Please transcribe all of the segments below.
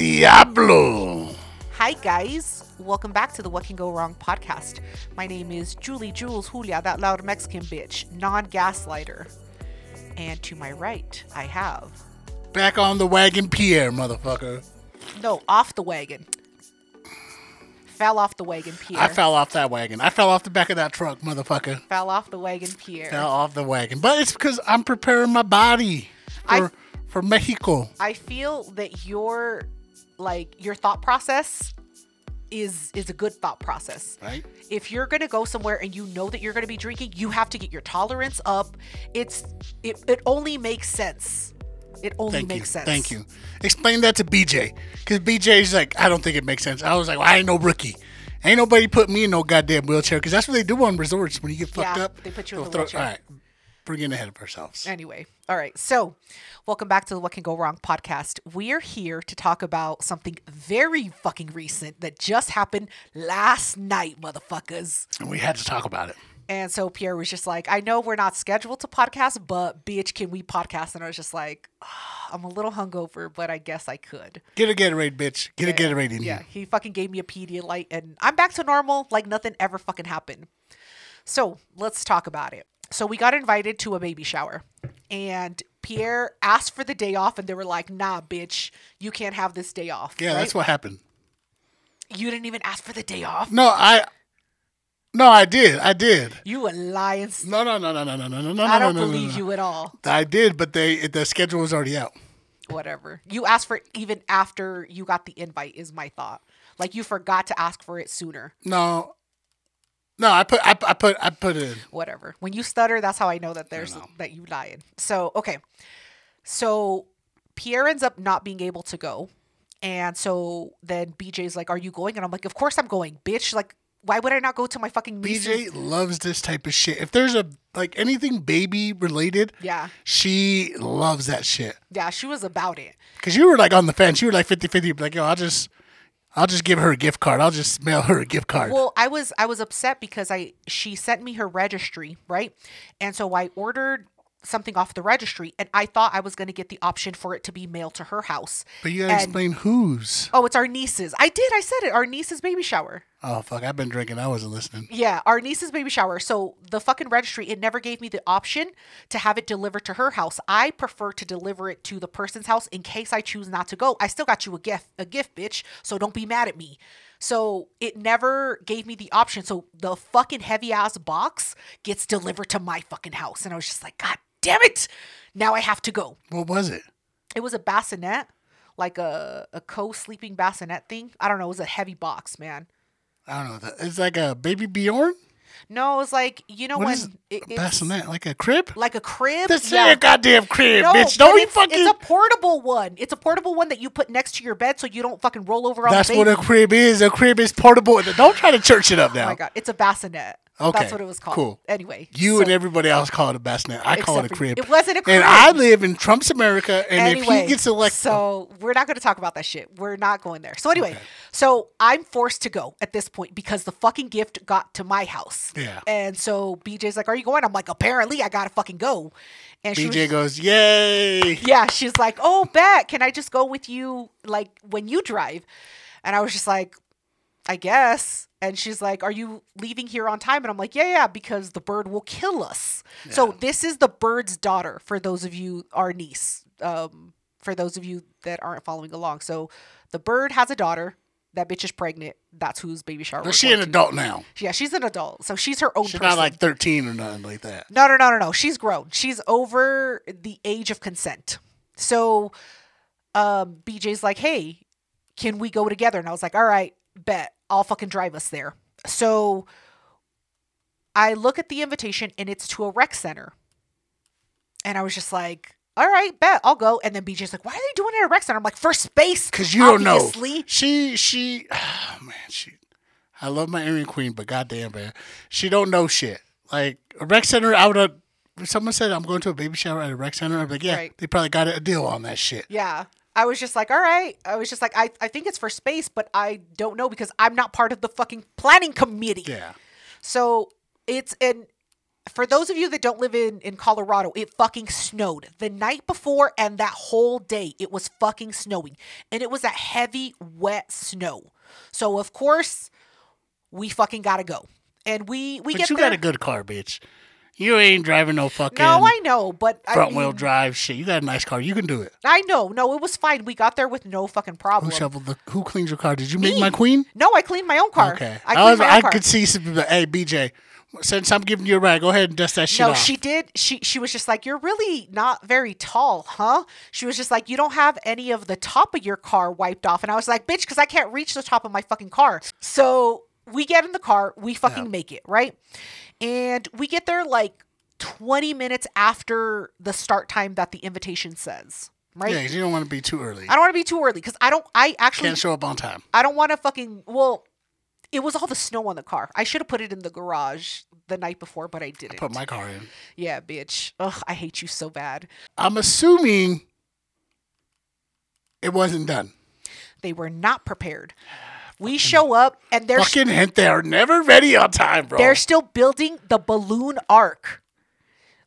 Diablo. Hi, guys. Welcome back to the What Can Go Wrong podcast. My name is Julie Jules Julia, that loud Mexican bitch, non gaslighter. And to my right, I have. Back on the wagon, Pierre, motherfucker. No, off the wagon. Fell off the wagon, Pierre. I fell off that wagon. I fell off the back of that truck, motherfucker. Fell off the wagon, Pierre. Fell off the wagon. But it's because I'm preparing my body I- for, for Mexico. I feel that your like your thought process is is a good thought process. Right? if you're going to go somewhere and you know that you're going to be drinking, you have to get your tolerance up. It's it, it only makes sense. It only Thank makes you. sense. Thank you. Explain that to BJ. Because BJ's like, I don't think it makes sense. I was like, well, I ain't no rookie. Ain't nobody put me in no goddamn wheelchair. Because that's what they do on resorts when you get fucked Yeah, up. they put you they'll in the wheelchair. All right. We're getting ahead of ourselves. Anyway, all right. So, welcome back to the What Can Go Wrong podcast. We're here to talk about something very fucking recent that just happened last night, motherfuckers. And we had to talk about it. And so Pierre was just like, I know we're not scheduled to podcast, but bitch, can we podcast? And I was just like, "Ah, I'm a little hungover, but I guess I could. Get a Gatorade, bitch. Get a Gatorade in Yeah, here. he fucking gave me a Pedialyte, and I'm back to normal, like nothing ever fucking happened. So let's talk about it. So we got invited to a baby shower, and Pierre asked for the day off, and they were like, "Nah, bitch, you can't have this day off." Yeah, that's what happened. you didn't even ask for the day off. No, I. No, I did. I did. You a lion. s- No, no, no, no, no, no, no, no, no. I don't no, no, no, believe no. you at all. I did, but they the schedule was already out. Whatever. You asked for it even after you got the invite is my thought. Like you forgot to ask for it sooner. No, no, I put I, I put I put it. in. whatever. When you stutter, that's how I know that there's know. that you lying. So okay, so Pierre ends up not being able to go, and so then BJ's like, "Are you going?" And I'm like, "Of course I'm going, bitch! Like, why would I not go to my fucking niece's-" BJ loves this type of shit. If there's a like anything baby related, Yeah, she loves that shit. yeah, she was about it. Cause you were like on the fence. You were like 50-50, Like yo, I'll just I'll just give her a gift card. I'll just mail her a gift card. Well, I was I was upset because I she sent me her registry, right? And so I ordered something off the registry and I thought I was going to get the option for it to be mailed to her house. but you gotta and- explain whose. Oh, it's our nieces. I did. I said it. Our niece's baby shower. Oh fuck, I've been drinking. I wasn't listening. Yeah, our niece's baby shower. So the fucking registry, it never gave me the option to have it delivered to her house. I prefer to deliver it to the person's house in case I choose not to go. I still got you a gift, a gift, bitch. So don't be mad at me. So it never gave me the option. So the fucking heavy ass box gets delivered to my fucking house. And I was just like, God damn it. Now I have to go. What was it? It was a bassinet, like a, a co sleeping bassinet thing. I don't know. It was a heavy box, man. I don't know. the- It's like a baby Bjorn. No, it was like, you know, What when is it- a it's- bassinet? Like a crib? like a crib. That's Yeah. yeah. a goddamn crib, No, bitch. but Don't you it's, fucking. It's a portable one. It's a portable one that you put next to your bed so you don't fucking roll over on That's the what baby. a crib is. A crib is portable. Don't try to church it up Oh now. my god, it's a bassinet. Okay, That's what it was called. cool. Anyway, You so- and everybody else call it a bassinet. I call it a Except for you. crib. It wasn't a crib. And I live in Trump's America, and if he gets elected, So we're not going to talk about that shit. We're not going there. So anyway, so I'm forced to go at this point because the fucking gift got to my house. Yeah. And so BJ's like, "Are you going?" I'm like, "Apparently, I gotta fucking go." And she was BJ goes, "Yay!" yeah, she's like, "Oh, bet can I just go with you like when you drive?" And I was just like, "I guess." And she's like, "Are you leaving here on time?" And I'm like, "Yeah, yeah, because the bird will kill us." So this is the bird's daughter for those of you our niece. Um for those of you that aren't following along. So the bird has a daughter. That bitch is pregnant. That's whose baby shower. Well, we're she going an to. adult now. Yeah, she's an adult. So she's her own She's person. not like thirteen or nothing like that. No, no, no, no, no. She's grown. She's over the age of consent. So um, BJ's like, hey, can we go together? And I was like, all right, bet. I'll fucking drive us there. So I look at the invitation and it's to a rec center. And I was just like, all right, bet. I'll go. And then BJ's like, why are they doing it at a rec center? I'm like, for space. Cause you don't know. obviously." She she oh man, she I love my Aryan Queen, but goddamn man. She don't know shit. Like a rec center, I would have if someone said I'm going to a baby shower at a rec center, I'd be like, Yeah, Right. they probably got a deal on that shit. Yeah. I was just like, all right. I was just like, I, I think it's for space, but I don't know because I'm not part of the fucking planning committee. Yeah. So it's an for those of you that don't live in, in Colorado, it fucking snowed the night before and that whole day. It was fucking snowing. And it was that heavy, wet snow. So, of course, we fucking gotta go. And we, we But get you there. got a good car, bitch. You ain't driving no fucking no, I know, but I, front mean, wheel drive shit. You got a nice car. You can do it. I know. No, it was fine. We got there with no fucking Who problem. shoveled the? Who cleans your car? Did you make Me. my queen? No, I cleaned my own car. Okay. I I, cleaned was, my own I car. could see some people. like, Hey, BJ, since I'm giving you a ride, go ahead and dust that shit no, off. she did. She she was just like, "You're really not very tall, huh?" She was just like, "You don't have any of the top of your car wiped off," and I was like, "Bitch, because I can't reach the top of my fucking car." So we get in the car, we fucking make it right, and we get there like 20 minutes after the start time that the invitation says. Right? Yeah, 'cause you don't want to be too early. I don't want to be too early because I don't. I actually Can't show up on time. I don't want to fucking. Well, it was all the snow on the car. I should have put it in the garage the night before, but I didn't. Put my car in. yeah, bitch. Ugh, I hate you so bad. I'm assuming it wasn't done. They were not prepared. We show up and they're Fucking hint, they are never ready on time, bro. they're still building the balloon arc.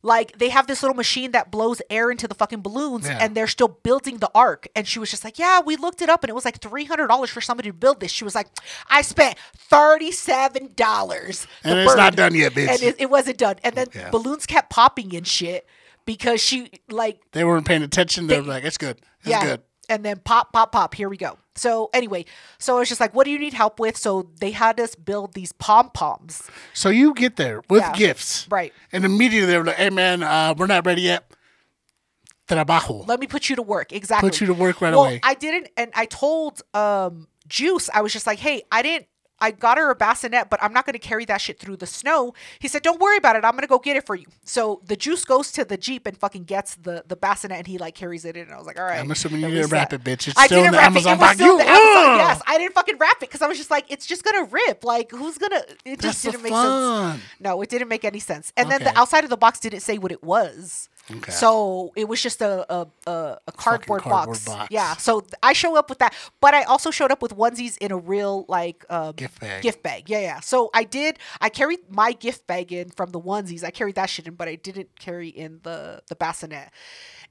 Like they have this little machine that blows air into the fucking balloons, Yeah. and they're still building the arc. And she was just like, "Yeah, we looked it up, and it was like three hundred dollars for somebody to build this." She was like, "I spent thirty-seven dollars, and it's not done yet, bitch. and it, it wasn't done. And then Yeah. balloons kept popping and shit because she like they weren't paying attention. They were like, it's good. It's yeah. good. And then pop, pop, pop. Here we go. So anyway, so I was just like, "What do you need help with?" So they had us build these pom poms, So you get there with Yeah. gifts. right? And immediately they were like, hey, man, uh, we're not ready yet. Trabajo. Let me put you to work. Exactly. Put you to work right well, away. I didn't, and I told um, Juice, I was just like, hey, I didn't. I got her a bassinet, but I'm not going to carry that shit through the snow. He said, "Don't worry about it. I'm going to go get it for you." So the juice goes to the jeep and fucking gets the the bassinet, and he like carries it in. And I was like, "All right." I'm assuming you at didn't least wrap that- it, bitch. It's I still in didn't the wrap it. Amazon It was box. still in the You- Amazon. Ugh! Yes, I didn't fucking wrap it because I was just like, "It's just gonna rip." Like, who's gonna? It That's just the didn't make sense. fun. No, it didn't make any sense. And then the Okay. outside of the box didn't say what it was. Okay. So it was just a a, a, a cardboard, cardboard box. box. Yeah. So th- I show up with that, but I also showed up with onesies in a real like um, Gift bag. Gift bag. Yeah, yeah. So I did. I carried my gift bag in from the onesies. I carried that shit in, but I didn't carry in the the bassinet.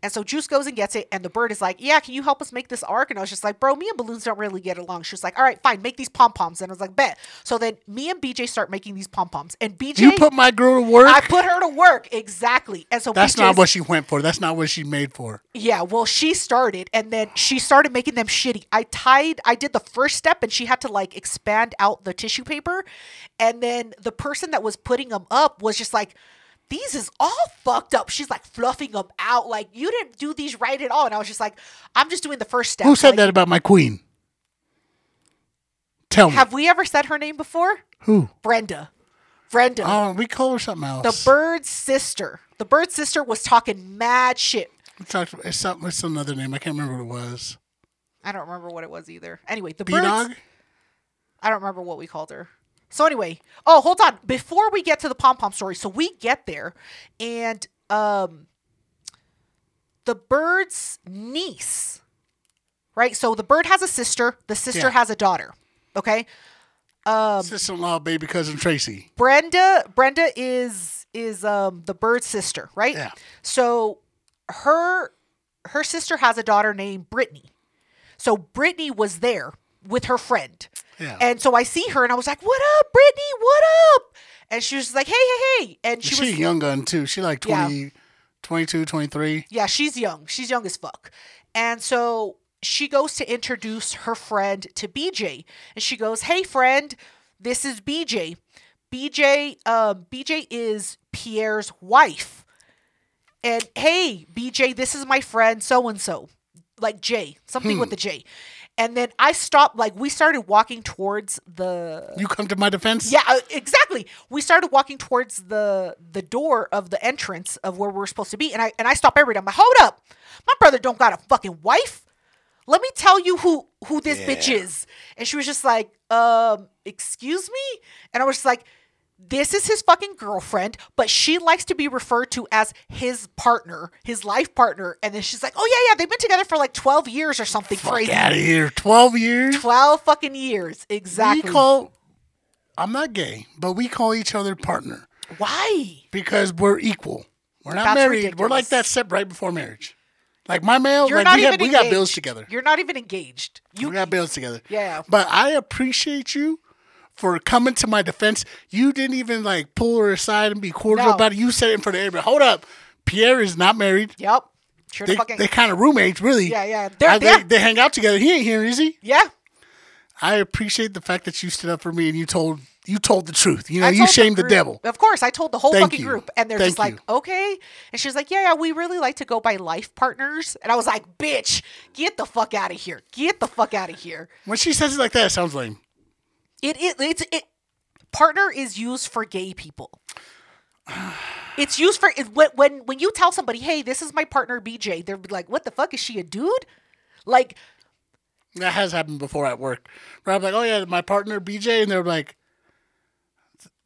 And so Juice goes and gets it, and the bird is like, "Yeah, can you help us make this arc?" And I was just like, "Bro, me and balloons don't really get along." She was like, "All right, fine, make these pom poms." And I was like, "Bet." So then me and BJ start making these pom poms, and BJ, You put my girl to work. I put her to work exactly. And so That's BJ's not what she went for. That's not what she made for. yeah, well, she started and then she started making them shitty. I tied, I did the first step and she had to like expand out the tissue paper. And then the person that was putting them up was just like, these is all fucked up. She's like fluffing them out. Like, you didn't do these right at all. And I was just like, I'm just doing the first step. Who said Like, that about my queen? Tell me. Have we ever said her name before? Who? Brenda. Brenda. Oh, we call her something else. the bird's sister. The bird's sister was talking mad shit. We talked- it's, something, it's another name. I can't remember what it was. I don't remember what it was either. Anyway, the B bird's- Dog? I don't remember what we called her. So anyway, oh hold on. Before we get to the pom pom story, so we get there, and um, the bird's niece, right? So the bird has a sister. The sister Yeah. has a daughter. Okay, Sister in law, baby cousin Tracy. Brenda. Brenda is is um the bird's sister, right? Yeah. So her her sister has a daughter named Brittany. So Brittany was there with her friend. Yeah. And so I see her and I was like, What up, Brittany? What up? And she was just like, Hey, hey, hey. And she She's was a young gun, too. She like Yeah. 20, 22, 23. Yeah, she's young. She's young as fuck. And so she goes to introduce her friend to BJ. And she goes, Hey, friend, this is BJ. BJ, um, BJ is Pierre's wife. And hey, BJ, this is my friend so and so, like J, something with the J. And then I stopped, like, we started walking towards the You come to my defense? yeah, uh, exactly. We started walking towards the the door of the entrance of where we were supposed to be, and I and I stop everybody. I'm like, hold up, my brother don't got a fucking wife. Let me tell you who who this bitch is. And she was just like, um, excuse me, and I was just like. This is his fucking girlfriend, but she likes to be referred to as his partner, his life partner. And then she's like, "Oh yeah, yeah, they've been together for like twelve years or something Fuck crazy. out of here. 12 years? Twelve fucking years, exactly." We call, I'm not gay, but we call each other partner. Why? because we're equal. We're not That's married. We're like ridiculous. that set right before marriage. Like my mail, You're like not we, even have, we got bills engaged. together. You're not even engaged. You we got bills together. Yeah. But I appreciate you for coming to my defense. You didn't even like pull her aside and be cordial No. about it. You said it in front of everybody. Hold up. Pierre is not married. Yep. Sure They, to fucking they kind of roommates, really. Yeah, yeah. They're- I- they're- they, they hang out together. He ain't here, is he? Yeah. I appreciate the fact that you stood up for me and you told you told the truth. You know, I you told shamed the, group- devil. Of course, I told the whole Thank fucking you. group, and they're just Thank like, "Okay." And she's like, "Yeah, yeah, we really like to go by life partners." And I was like, "Bitch, get the fuck out of here! Get the fuck out of here!" When she says it like that, it sounds lame. It it it's it. Partner is used for gay people. It's used for it, when when when you tell somebody, "Hey, this is my partner, BJ," they're like, "What the fuck is she a dude?" Like, That has happened before at work. Where I'm like, oh yeah, my partner BJ, and they're like,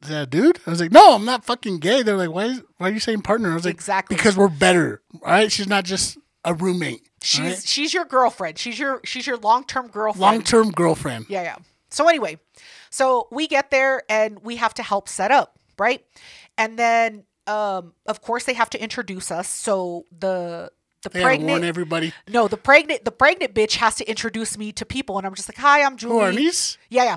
is that a dude? I was like, no, I'm not fucking gay. They're like, why? Is, why are you saying partner? I was like, Exactly. because we're better. All right, she's not just a roommate. she's she's your girlfriend. She's your she's your long term girlfriend. long term girlfriend. Yeah, yeah. So anyway, so we get there and we have to help set up, right? And then um of course they have to introduce us. So the the They gotta warn pregnant everybody. No, the pregnant the pregnant bitch has to introduce me to people and I'm just like, "Hi, I'm Julie." Oh, our niece. Yeah, yeah.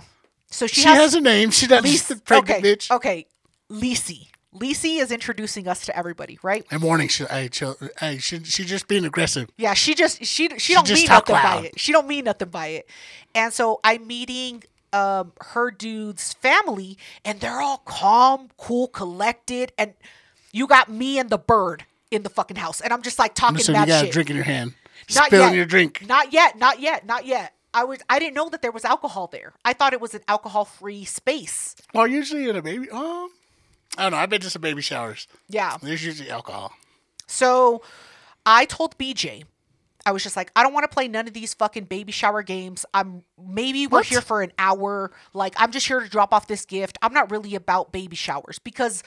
So she, She has, a name. She's not just a pregnant okay, bitch. Okay. Lisi. Lisi is introducing us to everybody, right? And warning, she, I, chill, I, she, she's just being aggressive. Yeah, she just she she, don't just mean talk nothing loud. by it. She don't mean nothing by it. And so I'm meeting um her dude's family and they're all calm, cool, collected and you got me and the bird in the fucking house and I'm just like talking So you that got a shit. drink in your hand, Not spilling yet. your drink. Not yet, not yet, not yet. I was I didn't know that there was alcohol there. I thought it was an alcohol-free space. Well, usually in a baby, um, I don't know. I've been to some baby showers. Yeah. There's usually alcohol. So I told BJ, I was just like, I don't want to play none of these fucking baby shower games. I'm maybe we're What? here for an hour. Like I'm just here to drop off this gift. I'm not really about baby showers because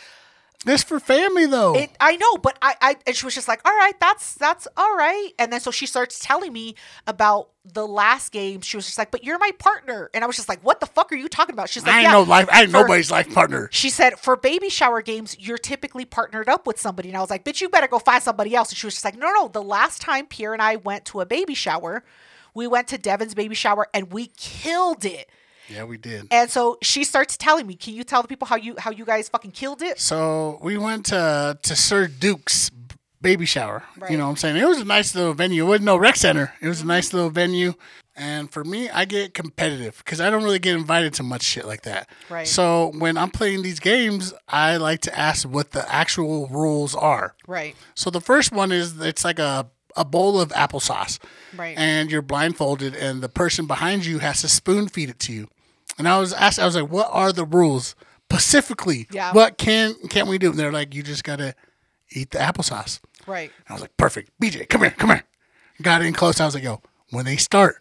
This for family though. it, I know, but I, I and she was just like, all right, that's that's all right. And then so she starts telling me about the last game. She was just like, but you're my partner, and I was just like, what the fuck are you talking about? She's like, I ain't yeah. no life. I ain't for- nobody's life partner. She said, for baby shower games, you're typically partnered up with somebody. And I was like, bitch, you better go find somebody else. And she was just like, no, no. The last time Pierre and I went to a baby shower, we went to Devin's baby shower and we killed it. Yeah, we did. And so she starts telling me, can you tell the people how you how you guys fucking killed it? So we went to to Sir Duke's b- baby shower. You know what I'm saying? It was a nice little venue. It wasn't no rec center. It Mm-hmm. was a nice little venue. And for me, I get competitive because I don't really get invited to much shit like that. Right. So when I'm playing these games, I like to ask what the actual rules are. Right. So the first one is it's like a a bowl of applesauce. Right. And you're blindfolded and the person behind you has to spoon feed it to you. And I was asked I was like, What are the rules? Specifically, Yeah. what can can we do? And they're like, You just gotta eat the applesauce. Right. And I was like, Perfect. BJ, come here, come here. Got in close. I was like, yo, when they start,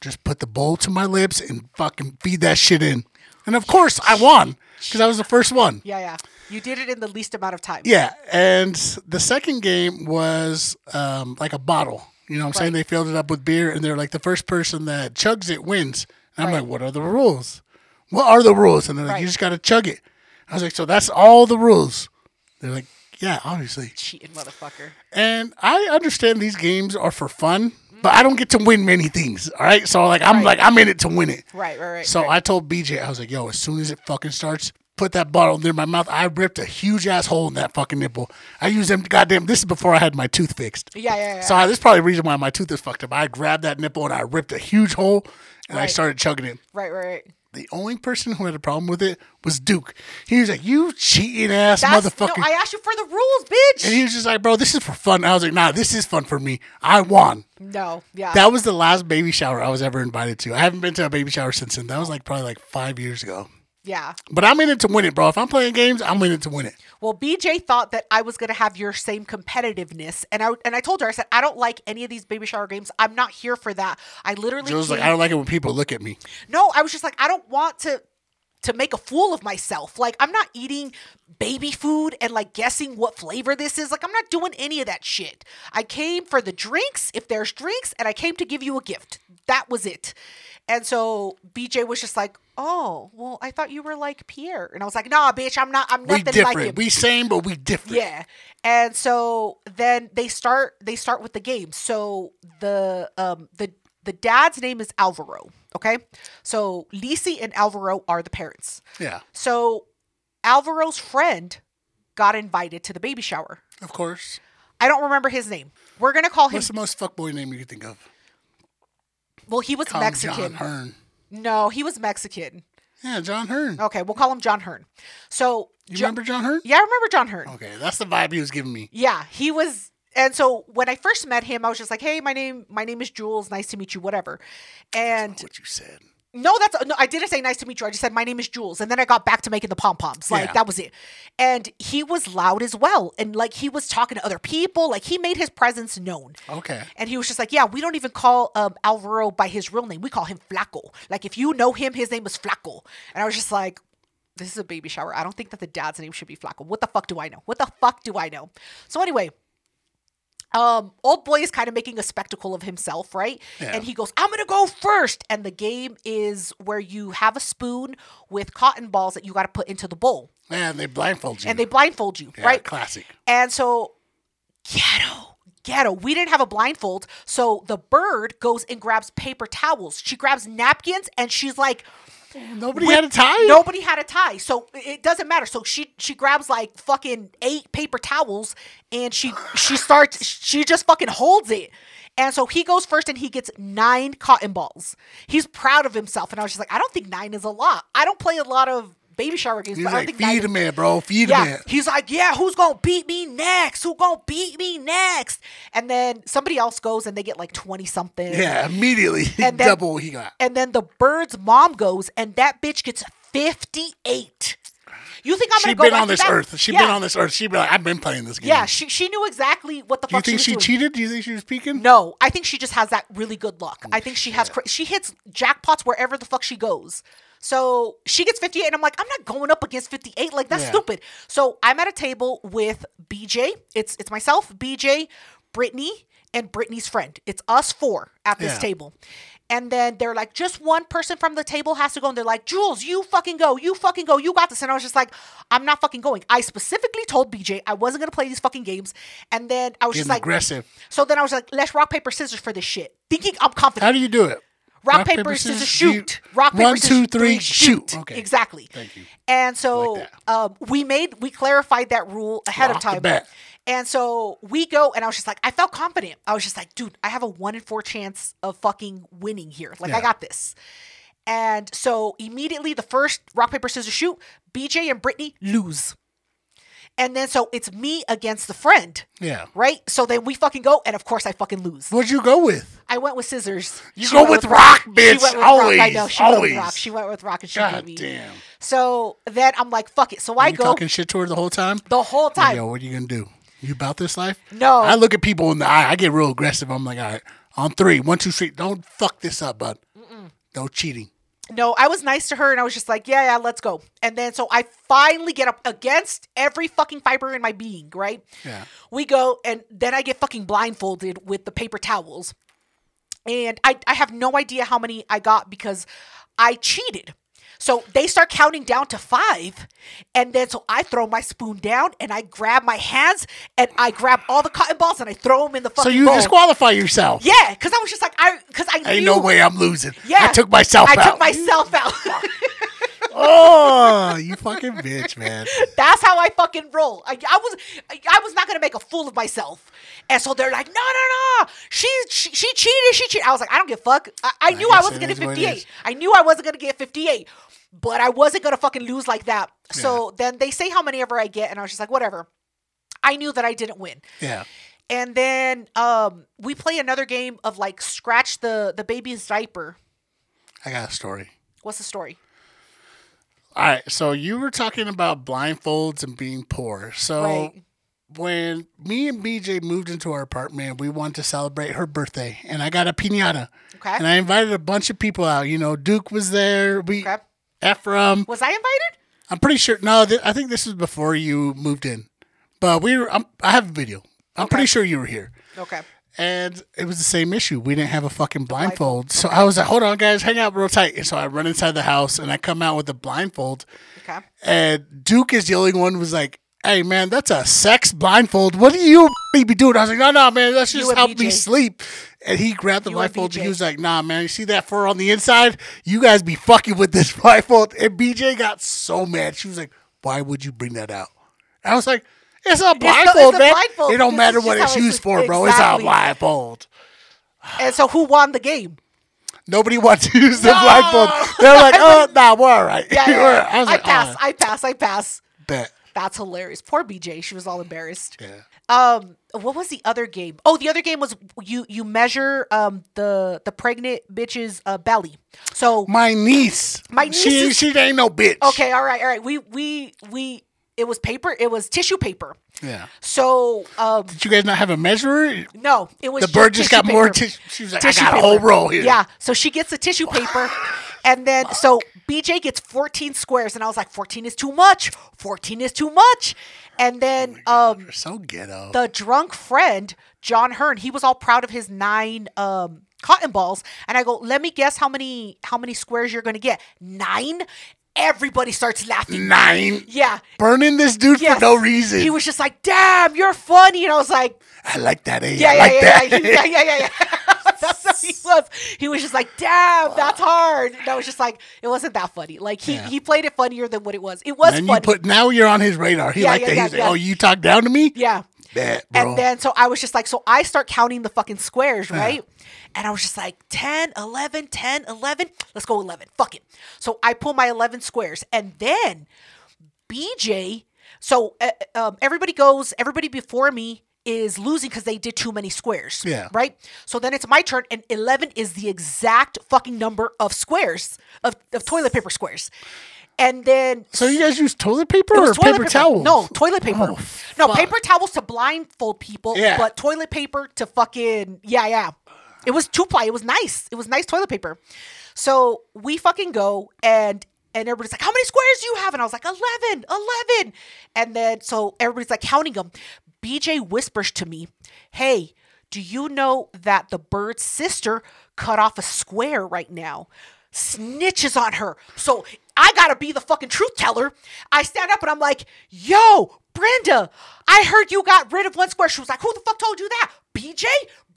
just put the bowl to my lips and fucking feed that shit in. And of course I won. Because I was the first one. Yeah, yeah. You did it in the least amount of time. Yeah, and the second game was um, like a bottle. You know what I'm saying? They filled it up with beer, and they're like, the first person that chugs it wins. And I'm like, what are the rules? What are the rules? And they're like, you Right. just got to chug it. I was like, so that's all the rules. They're like, yeah, obviously. Cheating motherfucker. And I understand these games are for fun, but I don't get to win many things. All right, so like I'm like I'm in it to win it. Right, right, right. So I told BJ, I was like, yo, as soon as it fucking starts, put that bottle near my mouth. I ripped a huge ass hole in that fucking nipple. I used them, goddamn, this is before I had my tooth fixed. Yeah, yeah, yeah. So I, this is probably the reason why my tooth is fucked up. I grabbed that nipple and I ripped a huge hole and I Right. started chugging it. right, right, right. The only person who had a problem with it was Duke. He was like, you cheating ass That's, motherfucker. No, I asked you for the rules, bitch. and he was just like, bro, this is for fun. I was like, nah, this is fun for me. I won. no, yeah. That was the last baby shower I was ever invited to. I haven't been to a baby shower since then. That was like probably like five years ago. yeah. But I'm in it to win it, bro. If I'm playing games, I'm in it to win it. Well, BJ thought that I was going to have your same competitiveness, and I and I told her I said I don't like any of these baby shower games. I'm not here for that. I literally It was like came- I don't like it when people look at me. no. I was just like I don't want to. to make a fool of myself. Like I'm not eating baby food and like guessing what flavor this is. Like I'm not doing any of that shit. I came for the drinks, if there's drinks, and I came to give you a gift. That was it. And so BJ was just like, "Oh, well, I thought you were like Pierre." And I was like, "Nah, bitch, I'm not. I'm We nothing like him." different. We same, but we different. Yeah. And so then they start they start with the game. So the um the the dad's name is Alvaro, okay? So Lisi and Alvaro are the parents. Yeah. So Alvaro's friend got invited to the baby shower. Of course. I don't remember his name. We're going to call him What's the most fuckboy name you could think of? well, he was Call him John Mexican. Hearn. No, he was Mexican. Yeah, John Hearn. Okay, we'll call him John Hearn. So You Jo- remember John Hearn? Yeah, I remember John Hearn. Okay, that's the vibe he was giving me. Yeah, he was. And so when I first met him, I was just like, "Hey, my name my name is Jules. Nice to meet you. Whatever." And What you said. no, that's no. I didn't say nice to meet you. I just said my name is Jules, and then I got back to making the pom poms. Like Yeah. that was it. And he was loud as well, and like he was talking to other people. Like he made his presence known. Okay. And he was just like, yeah, we don't even call um, Alvaro by his real name. We call him Flaco. Like, if you know him, his name is Flaco. And I was just like, this is a baby shower. I don't think that the dad's name should be Flaco. What the fuck do I know? What the fuck do I know? So, anyway, um, old boy is kind of making a spectacle of himself, right? Yeah. And he goes, I'm gonna go first. And the game is where you have a spoon with cotton balls that you got to put into the bowl, Man, they blindfold you. and they blindfold you, Mm. yeah, right? Classic. And so, ghetto, ghetto. We didn't have a blindfold. So the bird goes and grabs paper towels. She grabs napkins and she's like, Nobody had a tie. Nobody had a tie. So it doesn't matter. So she she grabs like fucking eight paper towels and she she starts she just fucking holds it. And so he goes first and he gets nine cotton balls. He's proud of himself. And I was just like, I don't think nine is a lot. I don't play a lot of baby shower games, He but was I don't like, think nine feed a man, bro. Feed a yeah. man. He's like, yeah, who's going to beat me next? Who going to beat me next? And then somebody else goes and they get like 20 something. Yeah, immediately. And then- double what he got. And then the bird's mom goes and that bitch gets 58. You think I'm She'd going to go been back on to this that? earth. She'd yeah. been on this earth. She'd be like, I've been playing this game. Yeah, she, she knew exactly what the Do you fuck think she she was doing. cheated? Do you think she was peeking? No, I think she just has that really good luck. I think she has cra- she hits jackpots wherever the fuck she goes. So she gets 58 and I'm like, I'm not going up against 58. Like that's Yeah. stupid. So I'm at a table with BJ. It's it's myself, BJ, Brittany, and Brittany's friend. It's us four at this Yeah. table. And then they're like, just one person from the table has to go. And they're like, Jules, you fucking go. You fucking go. You got this. And I was just like, I'm not fucking going. I specifically told BJ I wasn't going to play these fucking games. And then I was Getting just like, aggressive. so then I was like, let's rock, paper, scissors for this shit. Thinking I'm confident. How do you do it? rock, paper, scissors, shoot. you- Rock, paper, One, two, scissors, three, shoot. Okay. Exactly. Thank you. And so Like um, we made, we clarified that rule ahead Off of the time. bat. And so we go, and I was just like, I felt confident. I was just like, dude, I have a one in four chance of fucking winning here. Like, I Yeah. got this. And so immediately, the first rock, paper, scissors, shoot, BJ and Brittany lose. And then so it's me against the friend, Yeah. right? So then we fucking go, and of course, I fucking lose. What'd you go with? I went with scissors. You go went with rock, bitch. She went with rock. I know. Always, She went with always. rock. She went with rock, and she gave God me. damn. So then I'm like, fuck it. So I you go talking shit to her the whole time? the whole time. Yo, what are you gonna do? You about this life? No. I look at people in the eye. I get real aggressive. I'm like, all right, on three, one, two, three. Don't fuck this up, bud. No cheating. No, I was nice to her, and I was just like, yeah, yeah, let's go. And then so I finally get up against every fucking fiber in my being, right? Yeah. We go, and then I get fucking blindfolded with the paper towels. and I, I have no idea how many I got because I cheated. So they start counting down to five. And then so I throw my spoon down and I grab my hands and I grab all the cotton balls and I throw them in the So fucking you bowl. disqualify yourself. yeah, because I was just like, I, because I Ain't knew. no way I'm losing. Yeah. I took myself I out. took myself out. oh, you fucking bitch, man. That's how I fucking roll. I, I was I, I was not gonna make a fool of myself. And so they're like, no, no, no. She she, she cheated. She cheated. I was like, I don't give a fuck. I, I knew I guess wasn't it gonna is what it 58. is. I knew I wasn't gonna get 58. But I wasn't gonna fucking lose like that. So then they say how many ever I get, and I was just like, whatever. I knew that I didn't win. Yeah. And then um, we play another game of like scratch the the baby's diaper. I got a story. What's the story? All right. So you were talking about blindfolds and being poor. So Right. when me and BJ moved into our apartment, we wanted to celebrate her birthday, and I got a pinata. Okay. And I invited a bunch of people out. You know, Duke was there. We Okay. Ephraim. Was I invited? I'm pretty sure. No, th- I think this is before you moved in, but we were. I'm, I have a video. I'm pretty sure you were here, Okay. and it was the same issue. We didn't have a fucking blindfold, so I was like, "Hold on, guys, hang out real tight." And so I run inside the house, and I come out with a blindfold, Okay. and Duke is the only one who was like. Hey man, that's a sex blindfold. What do you be doing? I was like, no, no, man, that's just and help BJ. me sleep. And he grabbed the You and blindfold and he BJ. was like, nah, man, you see that fur on the inside? You guys be fucking with this blindfold. And BJ got so mad. She was like, why would you bring that out? I was like, it's a the- it's blindfold, a man. blindfold. It don't This matter is what just it's how it's used for, bro. It's exactly. a blindfold. And so who won the game? Nobody wants to use the blindfold. They're like, oh, nah, we're all right. Yeah, yeah, We're- yeah. I was like, "Ah." pass. "All right, I pass. I pass. bet. That's hilarious. Poor BJ. She was all embarrassed. Yeah. Um, what was the other game? Oh, the other game was you you measure um the the pregnant bitch's uh, belly. So My niece. My niece She, is- she ain't no bitch. okay, all right, all right. We we we it was paper. It was tissue paper. Yeah. So um Did you guys not have a measurer? no, it was The bird just got more paper. tissue. She was like, Tissue I got paper. a whole roll here. Yeah. So she gets the tissue paper. And then, so BJ gets 14 squares, and I was like, 14 is too much. 14 is too much. And then, um, You're so ghetto. the drunk friend John Hearn. He was all proud of his nine um, cotton balls, and I go, "Let me guess how many how many squares you're gonna get? Nine? Everybody starts Mm. laughing. Nine. Yeah, Burning this dude Yes. for no reason. He was just like, "Damn, you're funny," and I was like, I like that. Eh? "Yeah, I yeah, like yeah, yeah, that. yeah, yeah, yeah, yeah." that's how he was. He was just like, "Damn, that's hard." And I was just like, "It wasn't that funny. Like he Yeah. he played it funnier than what it was. It was and you funny." put now you're on his radar. He Yeah, liked yeah, that. yeah, He's like, yeah. oh, you talk down to me? yeah. Bet, bro. And then, so I was just like, so I start counting the fucking squares, right? And I was just like, 10, 11, 10, 11. Let's go 11. Fuck it. So I pull my 11 squares. And then BJ, so uh, um, everybody goes, everybody before me is losing because they did too many squares. Yeah. Right? So then it's my turn, and 11 is the exact fucking number of squares, of, of toilet paper squares. And then so you guys use toilet paper it or was toilet paper, towels? No, toilet paper. Oh, no, fuck. paper towels to blindfold people, Yeah. but toilet paper to fucking yeah, yeah. It was two ply. It was nice. It was nice toilet paper. So we fucking go and and everybody's like, "How many squares do you have?" And I was like, 11, 11. And then so everybody's like counting them. BJ whispers to me, "Hey, do you know that the bird's sister cut off a square right now? Snitches on her. So I gotta be the fucking truth teller. I stand up and I'm like, yo, Brenda, I heard you got rid of one square. She was like, who the fuck told you that? BJ?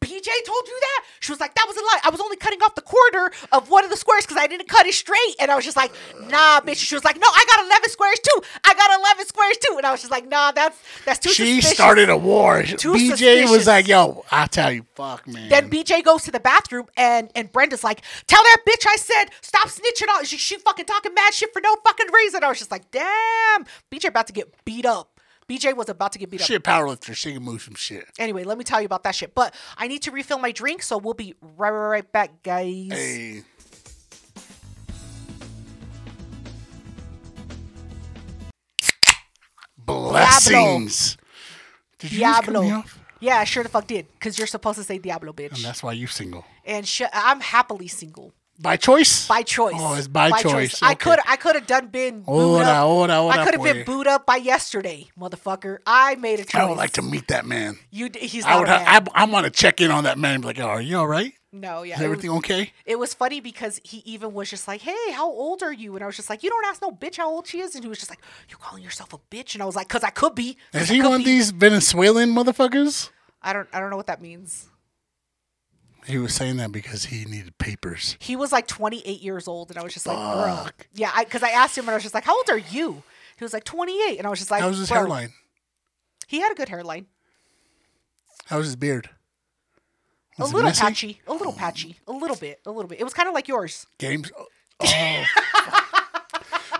BJ told you that? She was like, that was a lie. I was only cutting off the quarter of one of the squares because I didn't cut it straight. And I was just like, nah, bitch. She was like, no, I got 11 squares too. I got 11 squares too. And I was just like, nah, that's that's too She suspicious. started a war. BJ suspicious. was like, yo, I tell you, fuck, man. Then BJ goes to the bathroom and and Brenda's like, "Tell that bitch I said stop snitching on." She, she fucking talking mad shit for no fucking reason. I was just like, "Damn, BJ about to get beat up." BJ was about to get beat up. shit, powerlifter. She can move some shit. Anyway, let me tell you about that shit. But I need to refill my drink, so we'll be right right, right back, guys. Hey. Blessings. Did you just cut me Diablo. off? Yeah, I sure the fuck did, because you're supposed to say Diablo, bitch. And that's why you single. And sh- I'm happily single By choice? by choice. Oh, it's by choice. I Okay. could I could have done been. booed Ora, up. ora, ora, I could have been pues. booed up by yesterday, motherfucker. I made a choice. I would like to meet that man. You, d- he's not I would. a Ha- man. I, I want to check in on that man. And be like, oh, are you all right? no, yeah. Is it was- everything okay? It was funny because he even was just like, "Hey, how old are you?" And I was just like, "You don't ask no bitch how old she is." And he was just like, "You calling yourself a bitch?" And I was like, "Cause I could be." 'Cause Is I he could one of be." these Venezuelan motherfuckers? I don't. I don't know what that means. He was saying that because he needed papers. He was like 28 years old, and I was just like, "Bro, yeah." I Because I, asked him, and I was just like, "How old are you?" He was like 28, and I was just like, How was his "Bro." hairline? He had a good hairline. How was his beard? Was a it little messy? patchy. A little patchy. A little bit. A little bit. It was kind of like yours. games. Oh.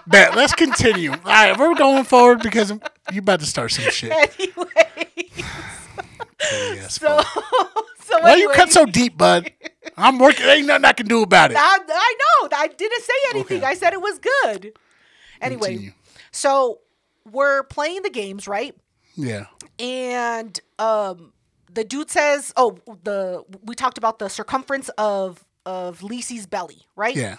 Bet. Let's continue. All right, we're going forward because you about to start some shit. Anyway, Yes. so, so Why you anyway. cut so deep, bud? I'm working. Ain't nothing I can do about it. I, I know. I didn't say anything. Okay. I said it was good. Anyway, Continue. so we're playing the games, right? Yeah. And um, the dude says, "Oh, the we talked about the circumference of of Lisi's belly, right?" Yeah.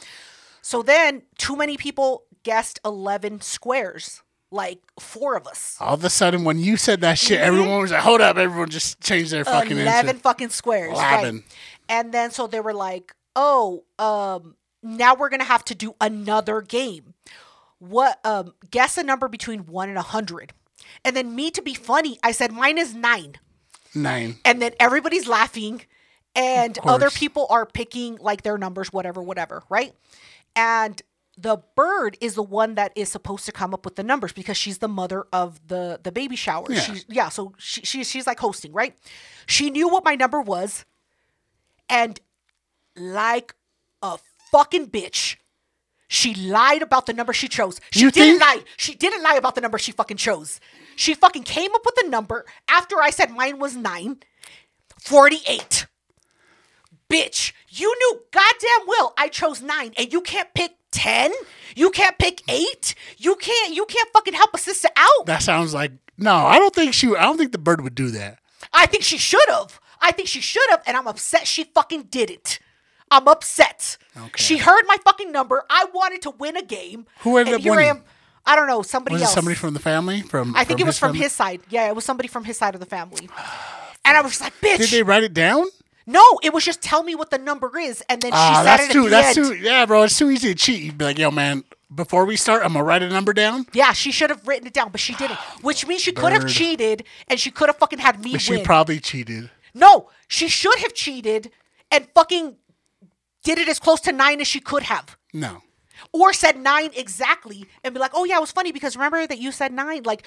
So then too many people guessed 11 squares, like four of us. All of a sudden, when you said that shit, everyone was like, "Hold up!" Everyone just changed their fucking 11 answer. fucking squares. Right. 11. And then so they were like, oh, um, now we're going to have to do another game. What um guess a number between 1 and a 100. And then me to be funny, I said mine is 9. Nine. And then everybody's laughing and course. other people are picking like their numbers whatever whatever, right? And the bird is the one that is supposed to come up with the numbers because she's the mother of the the baby shower. Yeah. She's yeah, so she, she she's like hosting, right? She knew what my number was and like a fucking bitch. She lied about the number she chose. She You didn't think- lie. She didn't lie about the number she fucking chose. She fucking came up with a number after I said mine was nine. 48. Bitch, you knew goddamn well I chose nine and you can't pick 10. You can't pick eight. You can't you can't fucking help a sister out. That sounds like no. I don't think she. I don't think the bird would do that. I think she should have. I think she should have, and I'm upset she fucking did it. I'm upset. Okay. She heard my fucking number. I wanted to win a game. Who ended and up here winning? I am. I don't know. Somebody Was else. it somebody from the family? From I think it was from family? his side. Yeah, it was somebody from his side of the family. And I was just like, bitch. Did they write it down? No, it was just tell me what the number is, and then she Ah, said it that's at too. the That's end. too. Yeah, bro. It's too easy to cheat. You'd be like, yo, man. Before we start, I'm gonna write a number down. Yeah, she should have written it down, but she didn't. Which means she could have Bird. cheated, and she could have fucking had me She win. probably cheated. no, she should have cheated and fucking did it as close to nine as she could have. No. or said nine exactly and be like, oh yeah, it was funny because remember that you said nine? Like,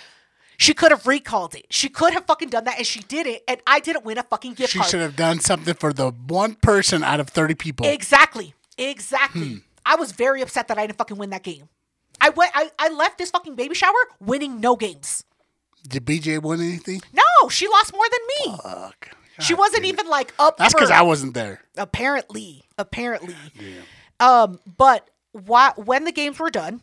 she could have recalled it. She could have fucking done that and she did it and I didn't win a fucking gift She card. should have done something for the one person out of thirty people. Exactly. Exactly. Hmm. I was very upset that I didn't fucking win that game. I went I, I left this fucking baby shower winning no games. Did BJ win anything? No, she lost more than me. Fuck. she wasn't even like Oh, up. That's for- because I wasn't there. apparently apparently um but why, when the games were done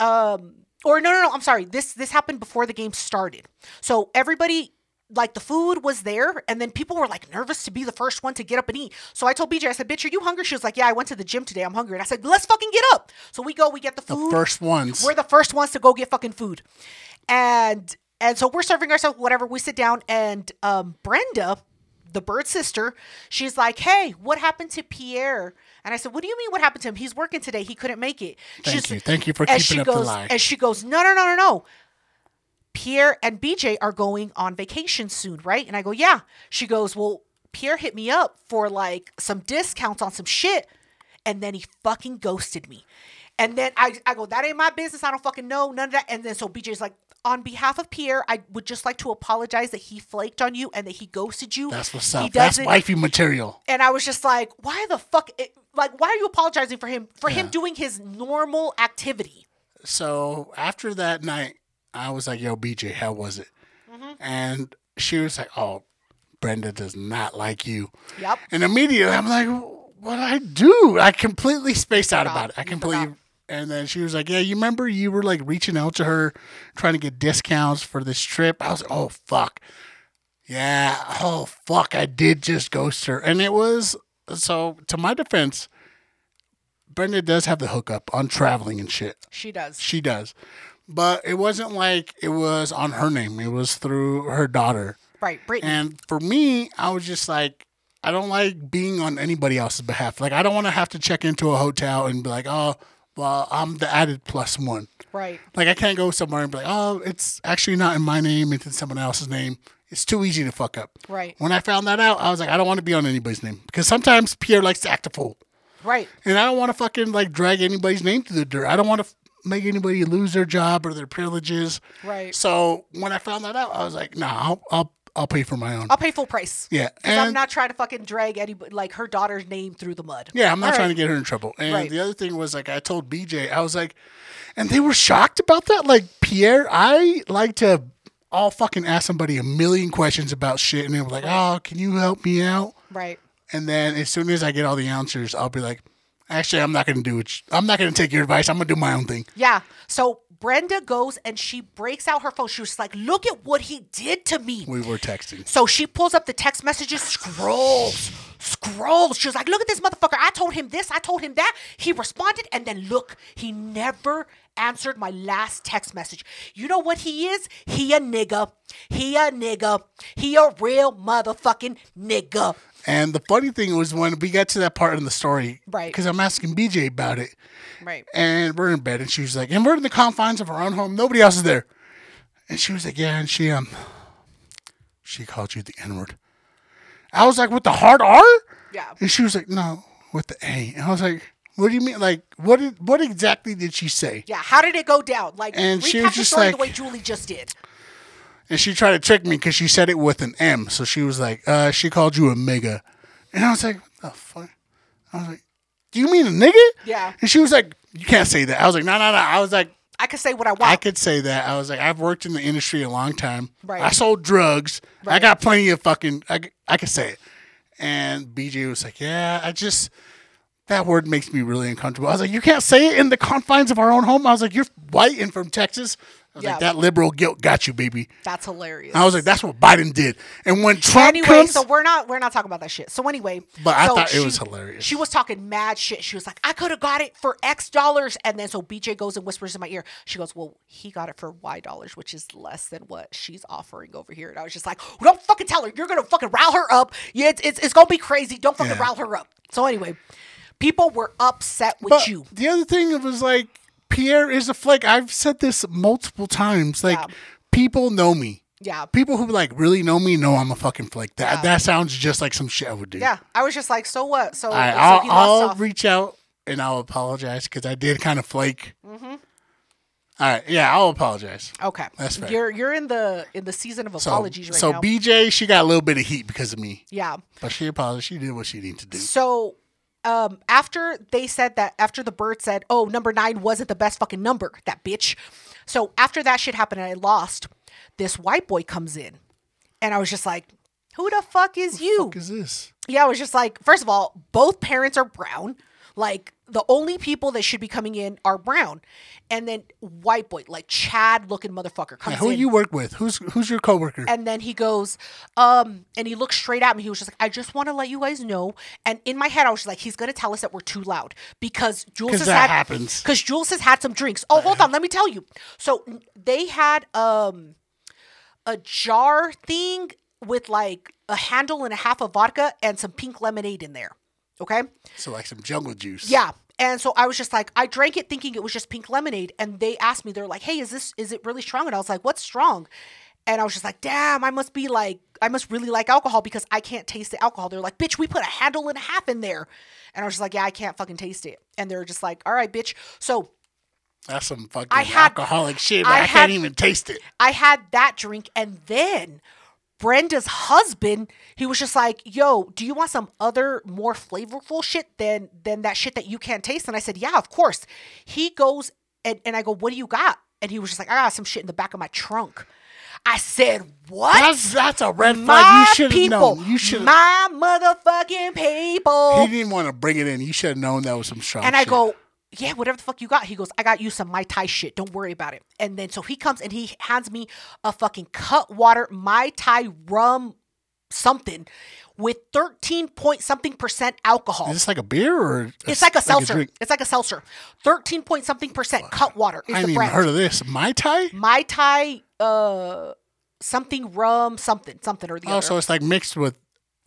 um or no no no i'm sorry this this happened before the game started so everybody like the food was there and then people were like nervous to be the first one to get up and eat so i told bj i said bitch are you hungry she was like yeah i went to the gym today i'm hungry and i said let's fucking get up so we go we get the food First ones. we're the first ones to go get fucking food. And and so we're serving ourselves whatever. We sit down and um Brenda, the bird sister, she's like, "Hey, what happened to Pierre?" And I said, "What do you mean what happened to him? He's working today. He couldn't make it." Thank she's, you. Thank you for and keeping she up goes, the lie. And she goes, "No, no, no, no, no. Pierre and BJ are going on vacation soon, right?" And I go, "Yeah." She goes, "Well, Pierre hit me up for like some discounts on some shit, and then he fucking ghosted me." And then I, I go, "That ain't my business. I don't fucking know none of that." And then so BJ's like, "On behalf of Pierre, I would just like to apologize that he flaked on you and that he ghosted you. That's what's He up. That's doesn't- wifey material. and I was just like, why the fuck? It, like, why are you apologizing for him for him doing his normal activity? So after that night, I was like, yo, BJ, how was it? Mm-hmm. And she was like, oh, Brenda does not like you. Yep. And immediately I'm like, what I do? I completely spaced out forgot. about it. I You completely. forgot. And then she was like, yeah, you remember you were like reaching out to her, trying to get discounts for this trip? I was like, oh, fuck. Yeah. Oh, fuck. I did just ghost her. And it was, so to my defense, Brenda does have the hookup on traveling and shit. She does. She does. But it wasn't like it was on her name. It was through her daughter. Right, Brittany. And for me, I was just like, I don't like being on anybody else's behalf. Like, I don't want to have to check into a hotel and be like, oh, well, I'm the added plus one. right. Like, I can't go somewhere and be like, oh, it's actually not in my name, it's in someone else's name. It's too easy to fuck up. Right. When I found that out, I was like, I don't want to be on anybody's name because sometimes Pierre likes to act a fool. Right. And I don't want to fucking like drag anybody's name through the dirt. I don't want to f- make anybody lose their job or their privileges. Right. So when I found that out, I was like, nah, I'll I'll, I'll pay for my own. I'll pay full price. yeah, Because and I'm not trying to fucking drag anybody like her daughter's name through the mud. yeah, I'm not All trying to right. get her in trouble. And Right. the other thing was like I told BJ, I was like, and they were shocked about that. Like Pierre, I like to all fucking ask somebody a million questions about shit, and they were like, oh, can you help me out? Right. And then as soon as I get all the answers, I'll be like, actually, I'm not gonna do it. I'm not gonna take your advice. I'm gonna do my own thing. Yeah. So Brenda goes and she breaks out her phone. She was like, look at what he did to me. We were texting. So she pulls up the text messages, scrolls, scrolls. She was like, look at this motherfucker. I told him this. I told him that. He responded. And then look, he never answered my last text message. You know what he is? He a nigga. He a nigga. He a real motherfucking nigga. And the funny thing was when we got to that part in the story, Right. Because I'm asking BJ about it, Right. and we're in bed, and she was like, and we're in the confines of our own home. Nobody else is there. And she was like, yeah, and she um, she called you the N word. I was like, with the hard R? Yeah. And she was like, no, with the A. And I was like, what do you mean? Like, what did, what exactly did she say? Yeah. How did it go down? Like, And recap she was the just story the like- way Julie just did. And she tried to trick me because she said it with an M. So she was like, uh, she called you a nigga. And I was like, what the fuck? I was like, do you mean a nigga? Yeah. And she was like, you can't say that. I was like, no, no, no. I was like, I could say what I want. I could say that. I was like, I've worked in the industry a long time. Right. I sold drugs. I got plenty of fucking, I, c- I could say it. And BJ was like, yeah, I just, that word makes me really uncomfortable. I was like, you can't say it in the confines of our own home. I was like, you're white and from Texas. I was Yeah. like, that liberal guilt got you, baby. That's hilarious. I was like, that's what Biden did. And when Trump anyway, comes, so we're not we're not talking about that shit. So anyway, But I so thought it was hilarious. She was talking mad shit. She was like, "I could have got it for X dollars," and then so BJ goes and whispers in my ear. She goes, "Well, he got it for Y dollars, which is less than what she's offering over here." And I was just like, well, "Don't fucking tell her. You're gonna fucking rile her up. Yeah, it's it's, it's gonna be crazy. Don't fucking Yeah. rile her up." So anyway, people were upset with but you. the other thing it was like Pierre is a flake. I've said this multiple times. Like Yeah. people know me. Yeah. People who like really know me know I'm a fucking flake. That that sounds just like some shit I would do. Yeah, I was just like, "So what?" So, I, so he I'll, lost I'll off. reach out and I'll apologize because I did kind of flake. Mm-hmm. right. Yeah, I'll apologize. okay, That's fair. You're you're in the in the season of So, apologies right so now. BJ, she got a little bit of heat because of me, yeah. but she apologized. She did what she needed to do. So um, after they said that, after the bird said, "Oh, number nine wasn't the best fucking number," that bitch. So after that shit happened and I lost, this white boy comes in, and I was just like, "Who the fuck is you?" Fuck is this? yeah, I was just like, first of all, both parents are brown. Like the only people that should be coming in are brown, and then white boy, like Chad looking motherfucker, comes Yeah, who in. you work with? Who's who's your coworker? And then he goes, um, and he looked straight at me. He was just like, I just want to let you guys know. And in my head, I was just like, he's gonna tell us that we're too loud because Jules 'Cause has that had happens. because Jules has had some drinks. Oh, hold on, let me tell you. So n- they had um a jar thing with like a handle and a half of vodka and some pink lemonade in there. Okay. So like some jungle juice. Yeah. And so I was just like, I drank it thinking it was just pink lemonade. And they asked me, they're like, hey, is this, is it really strong? And I was like, what's strong? And I was just like, damn, I must be like, I must really like alcohol because I can't taste the alcohol. They're like, bitch, we put a handle and a half in there. And I was just like, yeah, I can't fucking taste it. And they're just like, all right, bitch. So That's some fucking I had- alcoholic shit. but I I, had- can't even taste it. I had that drink. And then Brenda's husband, he was just like, yo, do you want some other more flavorful shit than than that shit that you can't taste? And I said, yeah, of course. He goes and, and I go, what do you got? And he was just like, I got some shit in the back of my trunk. I said, what? That's that's a red my flag. You should have people, known. You should. have my motherfucking people. He didn't want to bring it in. You should have known that was some strong. And I shit. go, yeah, whatever the fuck you got. He goes, I got you some Mai Tai shit. Don't worry about it. And then so he comes and he hands me a fucking cut water Mai Tai rum something with 13 point something percent alcohol. Is this like a beer or? a- it's like a seltzer. drink? it's like a seltzer. 13 point something percent cut water is I the haven't even brand. heard of this. Mai Tai. Mai Tai uh something rum something something or the Oh, other. so it's like mixed with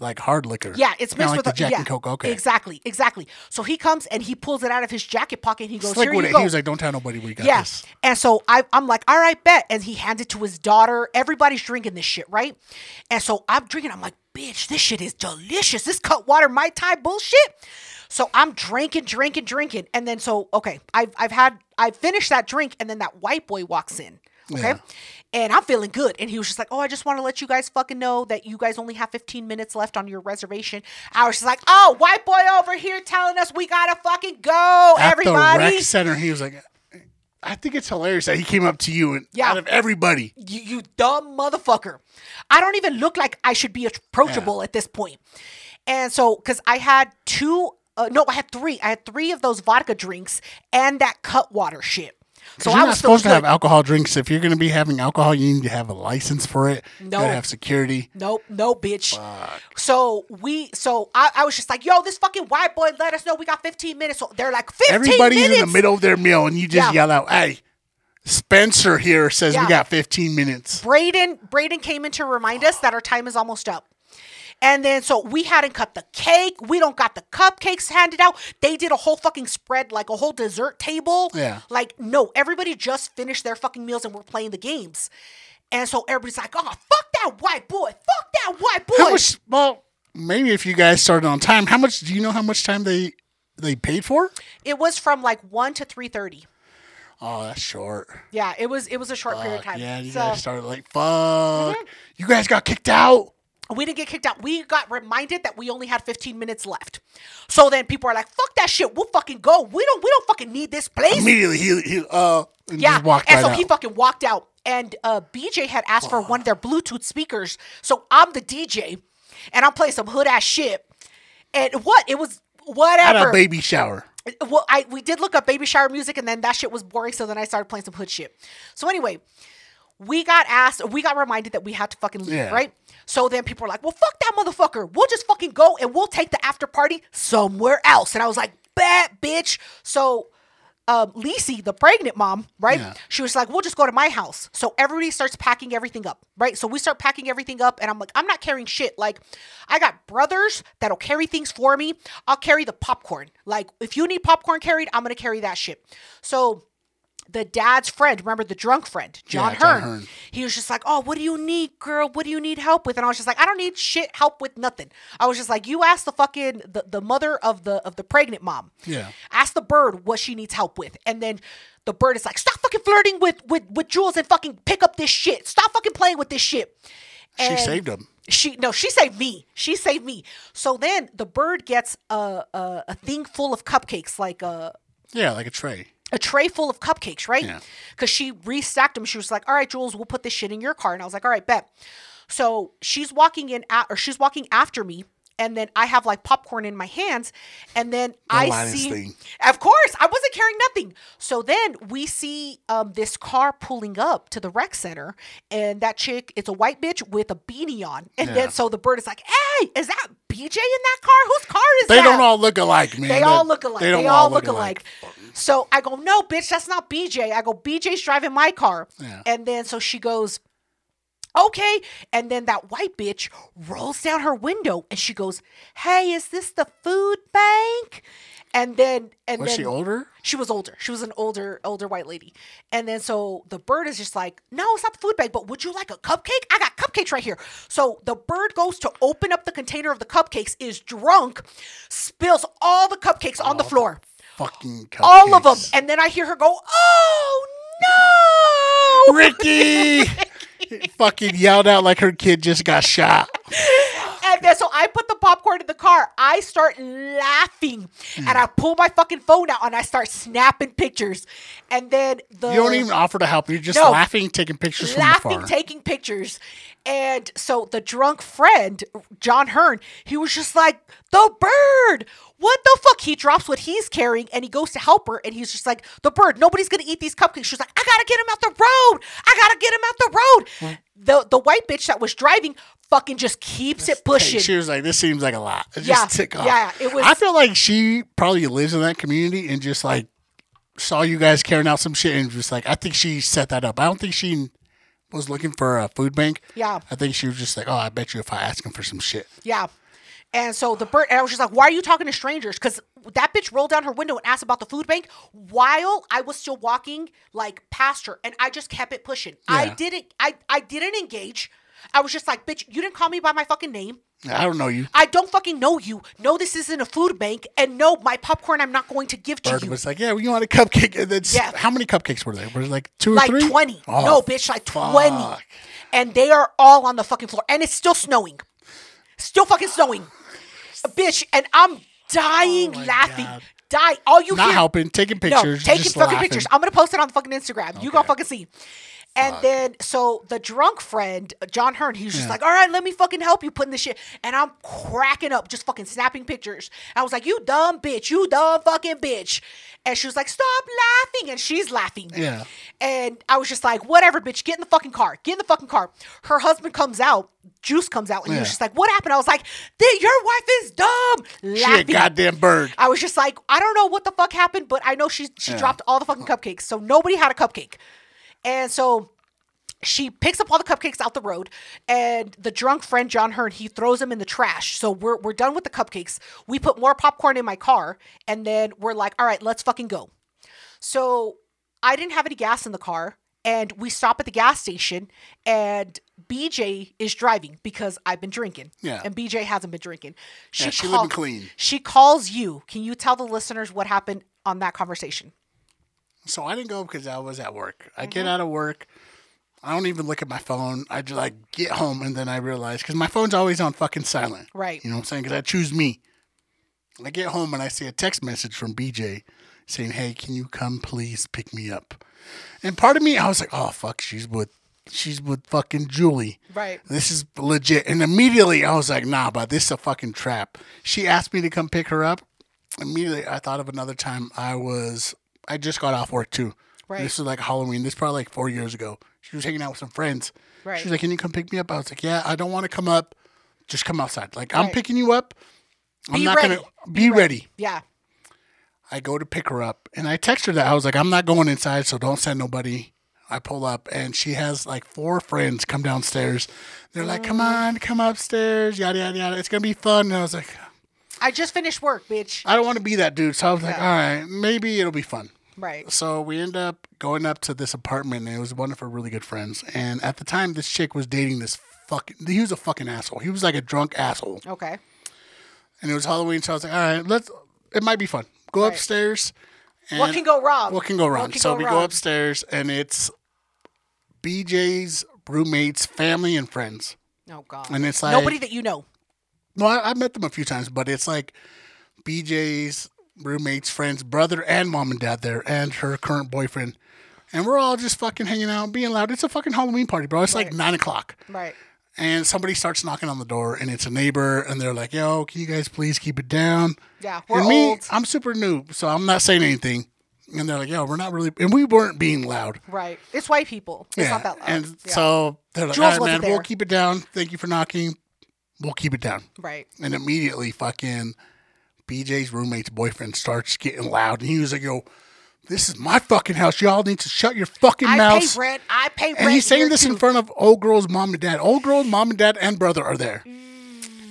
like hard liquor. Yeah, it's Kinda mixed like with the a- Jack yeah, and Coke. Okay. Exactly, exactly. So he comes and he pulls it out of his jacket pocket and he goes, It's like "Here what you it- go." he was like, don't tell nobody we got Yeah. this. And so I, I'm like, all right, bet. And he hands it to his daughter. Everybody's drinking this shit, right? And so I'm drinking. I'm like, bitch, this shit is delicious. This cut water Mai Tai bullshit. So I'm drinking, drinking, drinking. And then so, okay, I've, I've had, I finished that drink. And then that white boy walks in. Okay. Yeah. And I'm feeling good. And he was just like, Oh, I just want to let you guys fucking know that you guys only have 15 minutes left on your reservation. I was just like, Oh, white boy over here telling us we got to fucking go, At everybody. the rec center, he was like, I think it's hilarious that he came up to you and Yeah. out of everybody. you, you dumb motherfucker. I don't even look like I should be approachable at this point. And so, because I had two, uh, no, I had three. I had three of those vodka drinks and that cut water shit. So you're I not was still supposed to have good. alcohol drinks. If you're going to be having alcohol, you need to have a license for it. You No. gotta have security. Nope, no, bitch. So we, so I, I was just like, yo, this fucking white boy let us know we got 15 minutes. So they're like, 15 Everybody's minutes. in the middle of their meal, and you just Yeah. yell out, "Hey, Spencer here says Yeah. we got 15 minutes." Braden, Braden came in to remind us that our time is almost up. And then so we hadn't cut the cake. We don't got the cupcakes handed out. They did a whole fucking spread, like a whole dessert table. Yeah. Like, no, everybody just finished their fucking meals and we're playing the games. And so everybody's like, oh, fuck that white boy. Fuck that white boy. How much? Well, maybe if you guys started on time, how much? Do you know how much time they they paid for? it was from like 1 to 3.30. Oh, that's short. Yeah, it was it was a short period of Fuck, time. yeah, you so Mm-hmm. guys started like, "Fuck, you guys got kicked out." we didn't get kicked out. We got reminded that we only had 15 minutes left. So then people are like, "Fuck that shit. We'll fucking go. We don't we don't fucking need this place." Immediately, he, he uh, and yeah, just walked and right so out. he fucking walked out. And uh, BJ had asked for one of their Bluetooth speakers, so I'm the DJ, and I'm playing some hood ass shit. And what it was, At a whatever. baby shower. well, I we did look up baby shower music, and then that shit was boring. So then I started playing some hood shit. So anyway, we got asked, we got reminded that we had to fucking leave, Yeah. right? So then people were like, "Well, fuck that motherfucker. We'll just fucking go and we'll take the after party somewhere else." And I was like, "Bad bitch." So. Um, Lisi, the pregnant mom, right? Yeah. She was like, "We'll just go to my house." So everybody starts packing everything up, right? So we start packing everything up, and I'm like, "I'm not carrying shit. Like, I got brothers that'll carry things for me. I'll carry the popcorn. Like, if you need popcorn carried, I'm gonna carry that shit." So the dad's friend, remember the drunk friend, John, Yeah, John Hearn. Hearn. He was just like, "Oh, what do you need, girl? What do you need help with?" And I was just like, "I don't need shit help with nothing." I was just like, "You ask the fucking the, the mother of the of the pregnant mom. Yeah. Ask the bird what she needs help with." And then the bird is like, "Stop fucking flirting with with with Jules and fucking pick up this shit. Stop fucking playing with this shit." She And- saved him. she no she saved me she saved me so then the bird gets a a, a thing full of cupcakes like uh, a Yeah, like a tray. a tray full of cupcakes, right? Yeah. Because she restacked them. She was like, "All right, Jules, we'll put this shit in your car," and I was like, "All right, bet." So she's walking in, at, or she's walking after me, and then I have like popcorn in my hands, and then I lightest see, thing. of course, I wasn't carrying nothing. So then we see um, this car pulling up to the rec center, and that chick, it's a white bitch with a beanie on, and Yeah. then so the bird is like, "Hey, is that BJ in that car? Whose car is They that?" don't all look alike, man. They all look alike. They, don't all look alike. So I go, no, bitch, that's not BJ. I go, BJ's driving my car. Yeah. And then so she goes, okay. And then that white bitch rolls down her window and she goes, hey, is this the food bank? And then and Was then she older? she was older. She was an older, older white lady. And then so the bird is just like, no, it's not the food bag, but would you like a cupcake? I got cupcakes right here. So the bird goes to open up the container of the cupcakes, is drunk, spills all the cupcakes on the floor. Fucking cupcakes. All of them. And then I hear her go, oh no. Ricky fucking yelled out like her kid just got shot. And then so I put the popcorn in the car. I start laughing Hmm. and I pull my fucking phone out and I start snapping pictures. And then the You don't even offer to help. You're just No. laughing, taking pictures from laughing, afar. taking pictures. And so the drunk friend, John Hearn, he was just like, the bird, what the fuck? He drops what he's carrying and he goes to help her and he's just like, the bird, nobody's gonna eat these cupcakes. She's like, I gotta get him out the road. I gotta get him out the road. The the white bitch that was driving fucking just keeps it pushing. she was like, "This seems like a lot." It Yeah, just tick off. yeah, it was- I feel like she probably lives in that community and just like saw you guys carrying out some shit and just like, I think she set that up. I don't think she was looking for a food bank. Yeah. I think she was just like, "Oh, I bet you if I ask him for some shit." Yeah. And so the bird, and I was just like, why are you talking to strangers? Because that bitch rolled down her window and asked about the food bank while I was still walking like past her. And I just kept it pushing. I Yeah. didn't, I, I didn't engage. I was just like, bitch, you didn't call me by my fucking name. I don't know you. I don't fucking know you. No, this isn't a food bank. And no, my popcorn I'm not going to give to Bird you. was like, "Yeah, well, you want a cupcake?" And then s- Yeah. How many cupcakes were there? Was it like two or Like three? 20. Oh, no, bitch, like 20. fuck. And they are all on the fucking floor. And it's still snowing. Still fucking snowing. Bitch, and I'm dying Oh my laughing. God. Die. All you Not hear. helping, taking pictures, No, taking just fucking laughing. pictures. I'm gonna post it on fucking Instagram. You gonna fucking see. And then, so the drunk friend, John Hearn, he's just like, all right, let me fucking help you putting this shit. And I'm cracking up, just fucking snapping pictures. I was like, you dumb bitch, you dumb fucking bitch. And she was like, stop laughing. And she's laughing. Yeah. And I was just like, whatever, bitch, get in the fucking car. Get in the fucking car. Her husband comes out, Juice comes out, and he was Yeah. just like, what happened? I was like, "Th- your wife is dumb. She a Laughing. goddamn bird. I was just like, I don't know what the fuck happened, but I know she she dropped all the fucking cupcakes, so nobody had a cupcake, and so she picks up all the cupcakes out the road, and the drunk friend John Hearn he throws them in the trash. So we're we're done with the cupcakes. We put more popcorn in my car, and then we're like, all right, let's fucking go. So I didn't have any gas in the car, and we stop at the gas station, and BJ is driving because I've been drinking. Yeah. and BJ hasn't been drinking. She Yeah, she living clean. She calls you. Can you tell the listeners what happened on that conversation? So I didn't go because I was at work. I get Mm-hmm. out of work. I don't even look at my phone. I just like get home and then I realize because my phone's always on fucking silent. Right. You know what I'm saying? Because I choose me. I get home and I see a text message from BJ saying, "Hey, can you come please pick me up?" And part of me, I was like, "Oh fuck, she's with she's with fucking Julie." Right. This is legit. And immediately I was like, "Nah, but this is a fucking trap." She asked me to come pick her up. Immediately I thought of another time I was I just got off work too. Right. This was like Halloween. This is probably like 4 years ago. She was hanging out with some friends. Right. She was like, "Can you come pick me up?" I was like, "Yeah, I don't want to come up. Just come outside. Like I'm Right. picking you up." I'm Be not ready. gonna be, ready. Yeah. I go to pick her up and I text her that I was like, I'm not going inside, so don't send nobody. I pull up and she has like four friends come downstairs. They're like, Come on, come upstairs, yada yada yada. It's gonna be fun. And I was like, I just finished work, bitch. I don't wanna be that dude. So I was like, All right, maybe it'll be fun. Right. So we end up going up to this apartment and it was one of her really good friends. And at the time this chick was dating this fucking he was a fucking asshole. He was like a drunk asshole. Okay. And it was Halloween, so I was like, All right, let's it might be fun. Go upstairs. And What can go wrong? What can go wrong? What can so go we go wrong? upstairs and it's BJ's roommates, family, and friends. Oh god. And it's like Nobody that you know. No, I, I met them a few times, but it's like BJ's roommates, friends, brother, and mom and dad there, and her current boyfriend. And we're all just fucking hanging out, being loud. It's a fucking Halloween party, bro. It's like nine o'clock Right. and somebody starts knocking on the door and it's a neighbor and they're like yo can you guys please keep it down Yeah, we're and me old. i'm super new so i'm not saying anything and they're like yo we're not really and we weren't being loud Right. It's white people. It's not that loud. and Yeah. so they're like Jules all right man wasn't we'll there. keep it down thank you for knocking we'll keep it down Right. and immediately fucking bj's roommate's boyfriend starts getting loud and he was like yo this is my fucking house y'all need to shut your fucking I mouth pay rent. I pay rent. and he's saying here, this too. in front of old girl's mom and dad. Old girl's mom and dad and brother are there.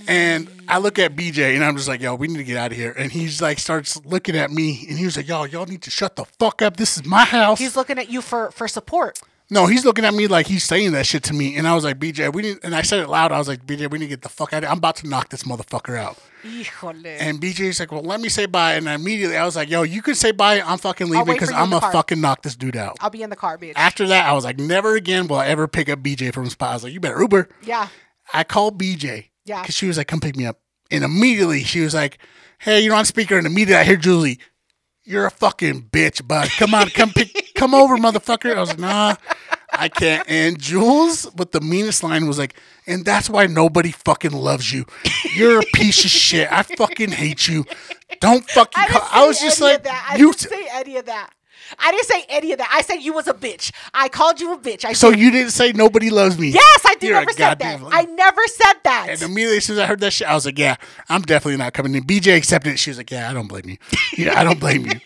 And I look at BJ and I'm just like, yo, we need to get out of here. And he's like, starts looking at me and he was like, yo, y'all need to shut the fuck up. This is my house. He's looking at you for for support. no, he's looking at me like he's saying that shit to me. And I was like, BJ, we need, and I said it loud. I was like, BJ, we need to get the fuck out of here. I'm about to knock this motherfucker out. Híjole. And BJ's like, well, let me say bye. And immediately I was like, yo, you can say bye. I'm fucking leaving wait because for you in I'm going the to car." fucking knock this dude out. I'll be in the car, bitch. After that, I was like, never again will I ever pick up BJ from his spot. I was like, you better Uber. yeah. I called BJ. Yeah. Because she was like, come pick me up. And immediately she was like, hey, you're on speaker. And immediately I hear Julie, you're a fucking bitch, bud. Come on, come pick, come over, motherfucker. I was like, nah, I can't. And Jules, with the meanest line, was like, and that's why nobody fucking loves you. You're a piece of shit. I fucking hate you. Don't fucking I, call. didn't I was say just any of like, that. I you. didn't say any of that. I didn't say any of that. I said you was a bitch. I called you a bitch. I so you didn't say nobody loves me. Yes, I did You're a never said that. goddamn- I never said that. And immediately as soon as I heard that shit, I was like, yeah, I'm definitely not coming in. BJ accepted it. She was like, yeah, I don't blame you. Yeah, I don't blame you.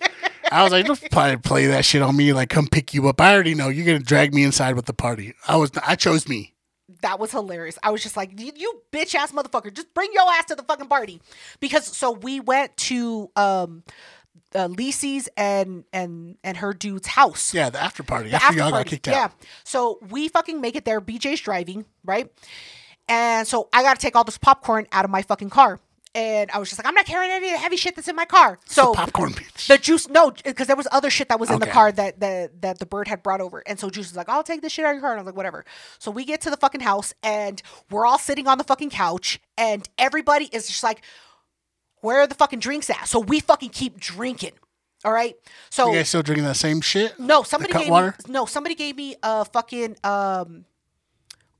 I was like, don't play, play that shit on me. Like, come pick you up. I already know you're gonna drag me inside with the party. I was, I chose me. that was hilarious. I was just like, you, you bitch ass motherfucker, just bring your ass to the fucking party. Because so we went to um uh, Lisi's and and and her dude's house. Yeah, the after party. The after, y'all got after-party. kicked Yeah. out. So we fucking make it there. BJ's driving, right? And so I gotta take all this popcorn out of my fucking car. And I was just like, I'm not carrying any of the heavy shit that's in my car. So Popcorn bitch. the juice, no, because there was other shit that was in Okay. the car that, that that the bird had brought over, and so Juice was like, "I'll take this shit out of your car." And I was like, "Whatever." So we get to the fucking house, and we're all sitting on the fucking couch, and everybody is just like, "Where are the fucking drinks at?" So we fucking keep drinking, All right. So You guys still drinking that same shit? no, somebody cut gave water? me no, somebody gave me a fucking um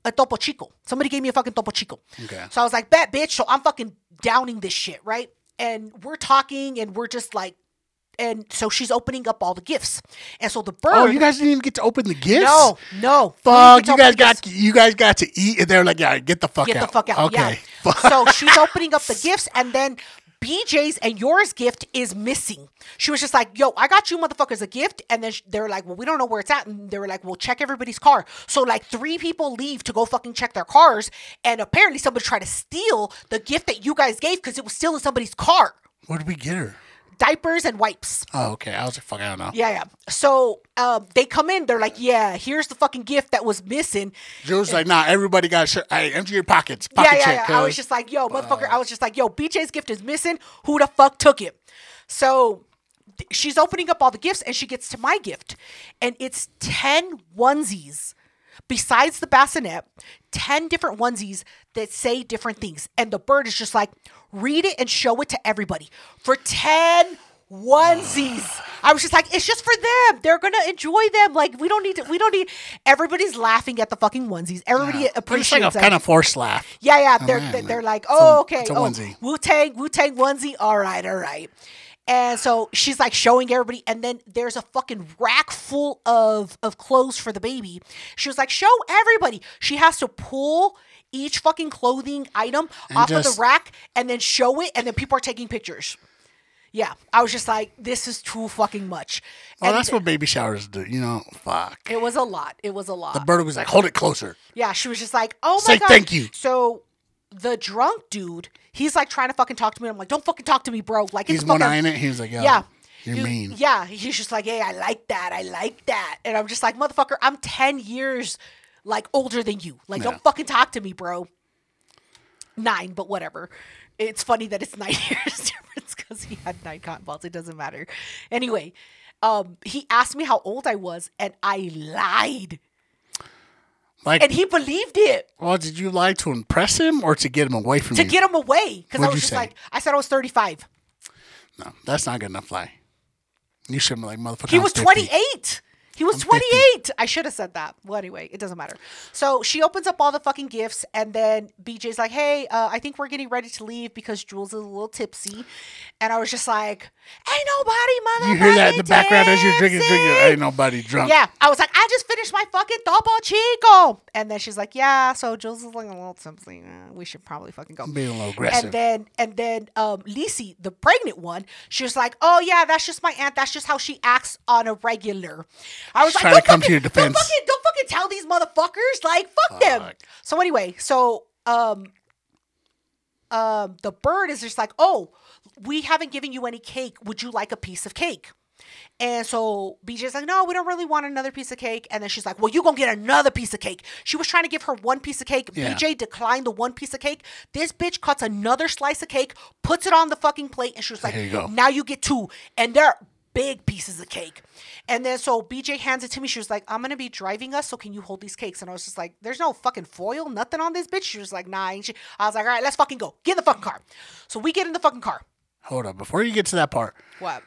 a topo chico. Somebody gave me a fucking topo chico. Okay. So I was like, "Bet, bitch!" So I'm fucking downing this shit, right? And we're talking, and we're just like, and so she's opening up all the gifts, and so the bird. Oh, you guys didn't even get to open the gifts. no, no, we Fuck, didn't get you to open guys the got gifts. you guys got to eat, and they're like, "Yeah, get the fuck get out." the fuck out. Okay. Yeah. Fuck. So she's opening up the gifts, and then BJ's and yours gift is missing. She was just like, "Yo, I got you motherfuckers a gift," and then sh- they were like, "Well, we don't know where it's at," and they were like, "Well, check everybody's car." So like three people leave to go fucking check their cars, and apparently somebody tried to steal the gift that you guys gave because it was still in somebody's car, What did we get her? diapers and wipes. Oh, okay. I was like, "Fuck, I don't know." Yeah, yeah. So um, they come in. They're like, "Yeah, here's the fucking gift that was missing." Joe's like, "Nah, everybody got shit. Hey, empty your pockets. Pocket yeah, yeah, check." yeah. I cuz." was just like, yo, motherfucker. I was just like, yo, BJ's gift is missing. Who the fuck took it? So th- she's opening up all the gifts and she gets to my gift. And it's 10 onesies besides the bassinet, 10 different onesies that say different things. And the bird is just like, read it and show it to everybody for 10 onesies. I was just like, it's just for them. They're gonna enjoy them. Like we don't need to. We don't need. Everybody's laughing at the fucking onesies. Everybody It's like appreciates a that. kind of forced laugh. Yeah, yeah. They're Oh, man, they're- like, they're like, a- oh, okay, it's a onesie." Wu Tang, Wu Tang onesie. All right, all right. And so she's like showing everybody, and then there's a fucking rack full of of clothes for the baby. She was like, show everybody. She has to pull each fucking clothing item off of just- the rack and then show it, and then people are taking pictures. Yeah, I was just like, this is too fucking much. Oh, and that's what baby showers do. You know, fuck. it was a lot. It was a lot. The bird was like, "Hold it closer." Yeah, she was just like, "Oh my Say god, thank you. So the drunk dude, he's like trying to fucking talk to me. I'm like, "Don't fucking talk to me, bro." Like He's it's fucking, one eyeing it. He was like, "Yo, Yeah. you're You- mean." Yeah, he's just like, "Hey, I like that. I like that." And I'm just like, "Motherfucker, I'm ten years like older than you. Like, Yeah. don't fucking talk to me, bro." Nine, but whatever. It's funny that it's nine years difference because he had nine cotton balls. It doesn't matter. Anyway, um, he asked me how old I was, and I lied, Like, and he believed it. well, did you lie to impress him or to get him away from to you? get him away because I What'd was you just say? like, I said I was 35. no, that's not good enough lie. You should be like, "Motherfucker." He I'm was 50." 28. He was 50. 28. I should have said that. Well, anyway, it doesn't matter. So she opens up all the fucking gifts, and then BJ's like, "Hey, uh, I think we're getting ready to leave because Jules is a little tipsy," and I was just like, "Ain't nobody, motherfucking You hear that in the background as you're drinking, tipsy." drinking. Ain't nobody drunk. Yeah, I was like, I just finished my fucking double chico, and then she's like, "Yeah." So Jules is like a little tipsy. Uh, We should probably fucking go. Being a little aggressive. And then and then um Lisi, the pregnant one, she was like, Oh yeah, that's just my aunt. That's just how she acts on a regular. I was She's like, trying to don't come to fucking- your Don't defense. fucking, don't fucking tell these motherfuckers. Like, fuck them. Fuck. So anyway, so um um the bird is just like, Oh, we haven't given you any cake. Would you like a piece of cake? And so BJ's like, no, we don't really want another piece of cake. And then she's like, well, you going to get another piece of cake. She was trying to give her one piece of cake. Yeah. BJ declined the one piece of cake. This bitch cuts another slice of cake, puts it on the fucking plate, and she was like, Here you go. now you get two. And they're big pieces of cake. And then so BJ hands it to me. She was like, I'm going to be driving us, so can you hold these cakes? And I was just like, there's no fucking foil, nothing on this bitch. She was like, nah. ain't she?" I was like, all right, let's fucking go. Get in the fucking car. So we get in the fucking car. Hold up, before you get to that part, What?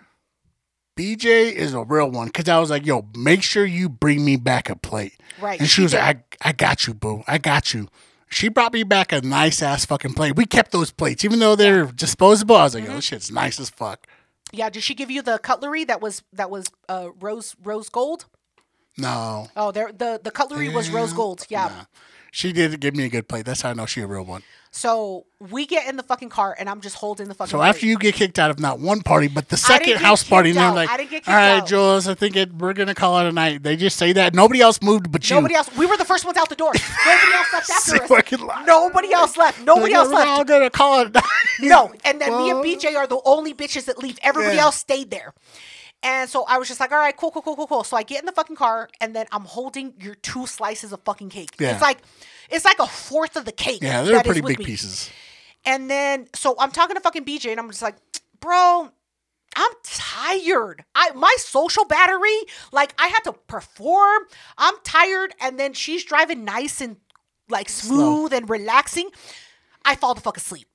BJ is a real one because I was like, "Yo, make sure you bring me back a plate." Right, And she she was like, "I, I got you, boo. I got you." She brought me back a nice ass fucking plate. We kept those plates, even though they're disposable. I was like, Mm-hmm. "Yo, this shit's nice as fuck." Yeah, did she give you the cutlery that was that was uh, rose rose gold? No, Oh, there the the cutlery was rose gold. Yeah. nah. she did give me a good plate. That's how I know she a real one. So we get in the fucking car and I'm just holding the fucking. So after you get kicked out of not one party, but the second get house party, and kicked they're out. like, I didn't get "All kicked right, out." Jules, I think it, we're gonna call it a night." They just say that nobody else moved but you. nobody else. We were the first ones out the door. Nobody else left They after us. fucking lie. Nobody else left. Nobody Like, else "Yo, we're all left. gonna call it a night." No, and then me and Well- BJ are the only bitches that leave. Everybody Yeah. else stayed there. And so I was just like, all right, cool, cool, cool, cool, cool. So I get in the fucking car and then I'm holding your two slices of fucking cake. Yeah. It's like it's like a fourth of the cake. Yeah, they're that is pretty with big me. pieces. And then, so I'm talking to fucking BJ, and I'm just like, bro, I'm tired. I my social battery, like I had to perform. I'm tired, and then she's driving nice and like smooth and relaxing. I fall the fuck asleep.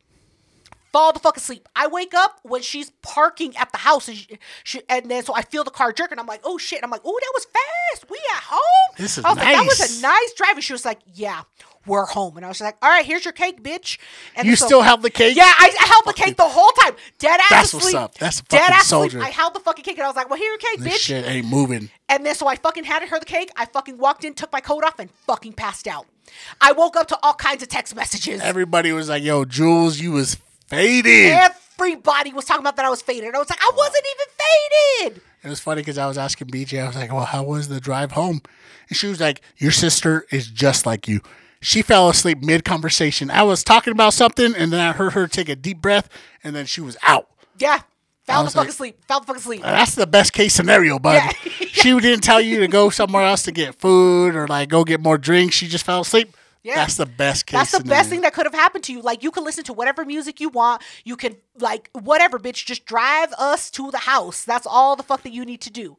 fall the fuck asleep. I wake up when she's parking at the house, and she, she, and then so I feel the car jerk, and I'm like, oh shit! And I'm like, oh, that was fast. We at home. This is I was like, that was nice. a nice drive. And she was like, yeah, we're home. And I was just like, all right, here's your cake, bitch. And You so- still have the cake? Yeah, I, I held the cake the whole time. Dead ass That's asleep. what's up. That's a Dead fucking ass soldier. Asleep. I held the fucking cake, and I was like, well, here your cake, This bitch. shit ain't moving. And then so I fucking handed her the cake. I fucking walked in, took my coat off, and fucking passed out. I woke up to all kinds of text messages. Everybody was like, "Yo, Jules, you was faded." Everybody was talking about that I was faded. And I was like, I wasn't even faded. It was funny because I was asking BJ, I was like, "Well, how was the drive home?" And she was like, "Your sister is just like you." She fell asleep mid conversation. I was talking about something, and then I heard her take a deep breath, and then she was out. Yeah. I Fell the was fuck like- asleep. Fell the fuck asleep. That's the best case scenario, buddy. She didn't tell you to go somewhere else to get food or like go get more drinks. She just fell asleep. Yeah. That's the best case. That's the scenario. best thing that could have happened to you. Like you can listen to whatever music you want. You can like whatever, bitch. Just drive us to the house. That's all the fuck that you need to do.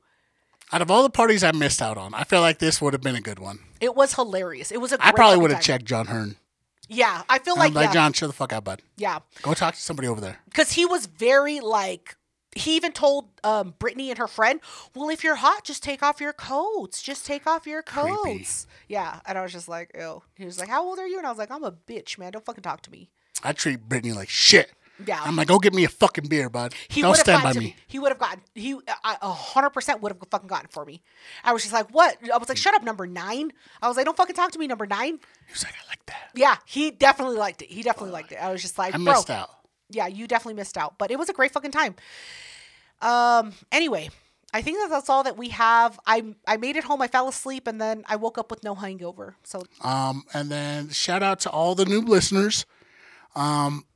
Out of all the parties I missed out on, I feel like this would have been a good one. It was hilarious. It was a. Great I probably fucking would have time. checked John Hearn. Yeah, I feel I'm like, like, yeah, John, chill the fuck out, bud. yeah, Go talk to somebody over there. because he was very like. He even told um, Brittany and her friend, "Well, if you're hot, just take off your coats. Just take off your coats." Creepy. Yeah, and I was just like, "Ew." He was like, "How old are you?" And I was like, "I'm a bitch, man. Don't fucking talk to me." I treat Brittany like shit. Yeah. I'm like, go get me a fucking beer, bud. He Don't would have stand by gotten to me. He would have gotten. He I- a hundred percent would have fucking gotten for me. I was just like, what? I was like, shut up, number nine. I was like, don't fucking talk to me, number nine. He was like, I like that. Yeah, he definitely liked it. He definitely liked it. I was just like, I bro, missed out. yeah, you definitely missed out. But it was a great fucking time. Um. Anyway, I think that that's all that we have. I I made it home. I fell asleep, and then I woke up with no hangover. So Um, and then shout out to all the new listeners. Um,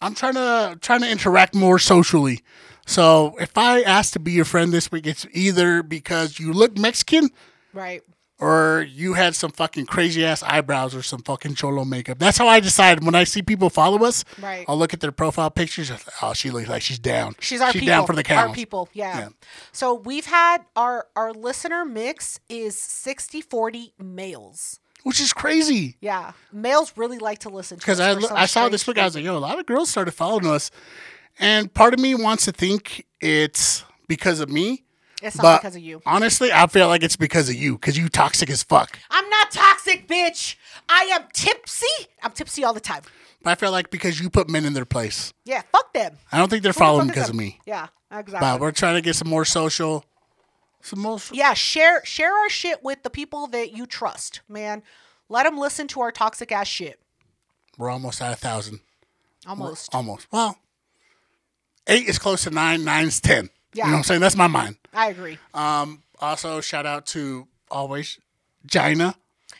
I'm trying to trying to interact more socially. So if I ask to be your friend this week, it's either because you look Mexican right. or you had some fucking crazy ass eyebrows or some fucking cholo makeup. That's how I decide when I see people follow us. Right. I'll look at their profile pictures. Oh, she looks like she's down. She's our she's people. down for the count. Our people, yeah. Yeah. So we've had our our listener mix is 60-40 males. which is crazy. Yeah, males really like to listen to because us I, for lo- some I saw this strange week. I was like, yo, a lot of girls started following us, and part of me wants to think it's because of me. reason. It's not but because of you. Honestly, I feel like it's because of you, because you toxic as fuck. I'm not toxic, bitch. I am tipsy. I'm tipsy all the time. But I feel like because you put men in their place. Yeah, fuck them. I don't think they're Who the following fuck is because of them? me. Yeah, exactly. But we're trying to get some more social, some more. Yeah, share share our shit with the people that you trust, man. Let them listen to our toxic ass shit. We're almost at a thousand. Almost. Almost. Well, eight is close to nine. Nine's ten. You Yeah. know what I'm saying? That's my mind. I agree. Um. Also, shout out to always Gina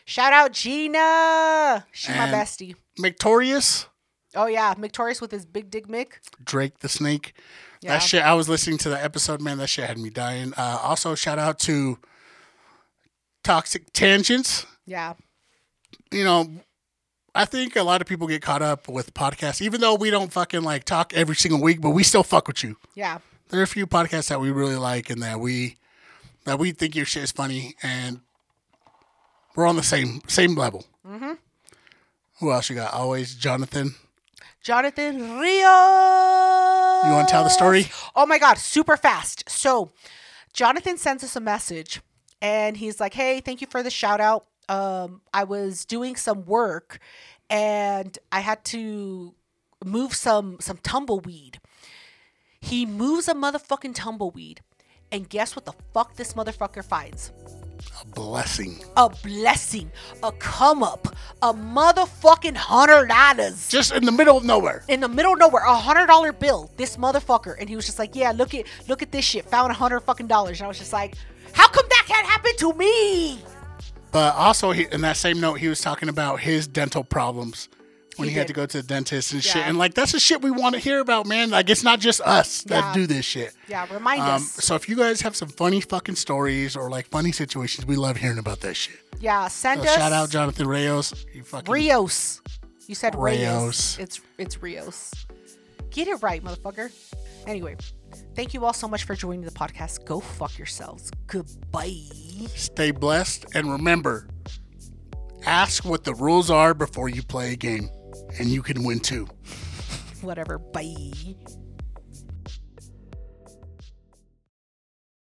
Shout out Gina. She's my And- bestie. Victorious. Oh yeah, Victorious with his big dick Mick. Drake the Snake. Yeah. That shit. I was listening to the episode, man. That shit had me dying. Uh, also, shout out to Toxic Tangents. Yeah. You know, I think a lot of people get caught up with podcasts, even though we don't fucking like talk every single week, but we still fuck with you. Yeah. There are a few podcasts that we really like and that we that we think your shit is funny, and we're on the same same level. Mm-hmm. Who else you got? Always Jonathan. Jonathan Rio. You want to tell the story? Oh my God, super fast. So, Jonathan sends us a message and he's like, Hey, thank you for the shout out. Um, I was doing some work and I had to move some some tumbleweed. He moves a motherfucking tumbleweed. And guess what the fuck this motherfucker finds? A blessing. A blessing, a come up, a motherfucking hundred dollars Just in the middle of nowhere. in the middle of nowhere, a hundred dollar bill, this motherfucker, and he was just like, "Yeah, look at look at this shit, found a hundred fucking dollars." And I was just like, "How come that can't happen to me?" But also, he, in that same note, he was talking about his dental problems when he, He had did. to go to the dentist and shit. Yeah. And like, that's the shit we want to hear about, man. Like, it's not just us Yeah. that do this shit. Yeah, remind Um, us. so if you guys have some funny fucking stories or like funny situations, we love hearing about that shit. Yeah, send So us Uh, shout out Jonathan Reyes. You fucking Rios. You said Rios. Rios. It's it's Rios. Get it right, motherfucker. Anyway, thank you all so much for joining the podcast. Go fuck yourselves. Goodbye. stay blessed and remember, ask what the rules are before you play a game, and you can win too. whatever. Bye.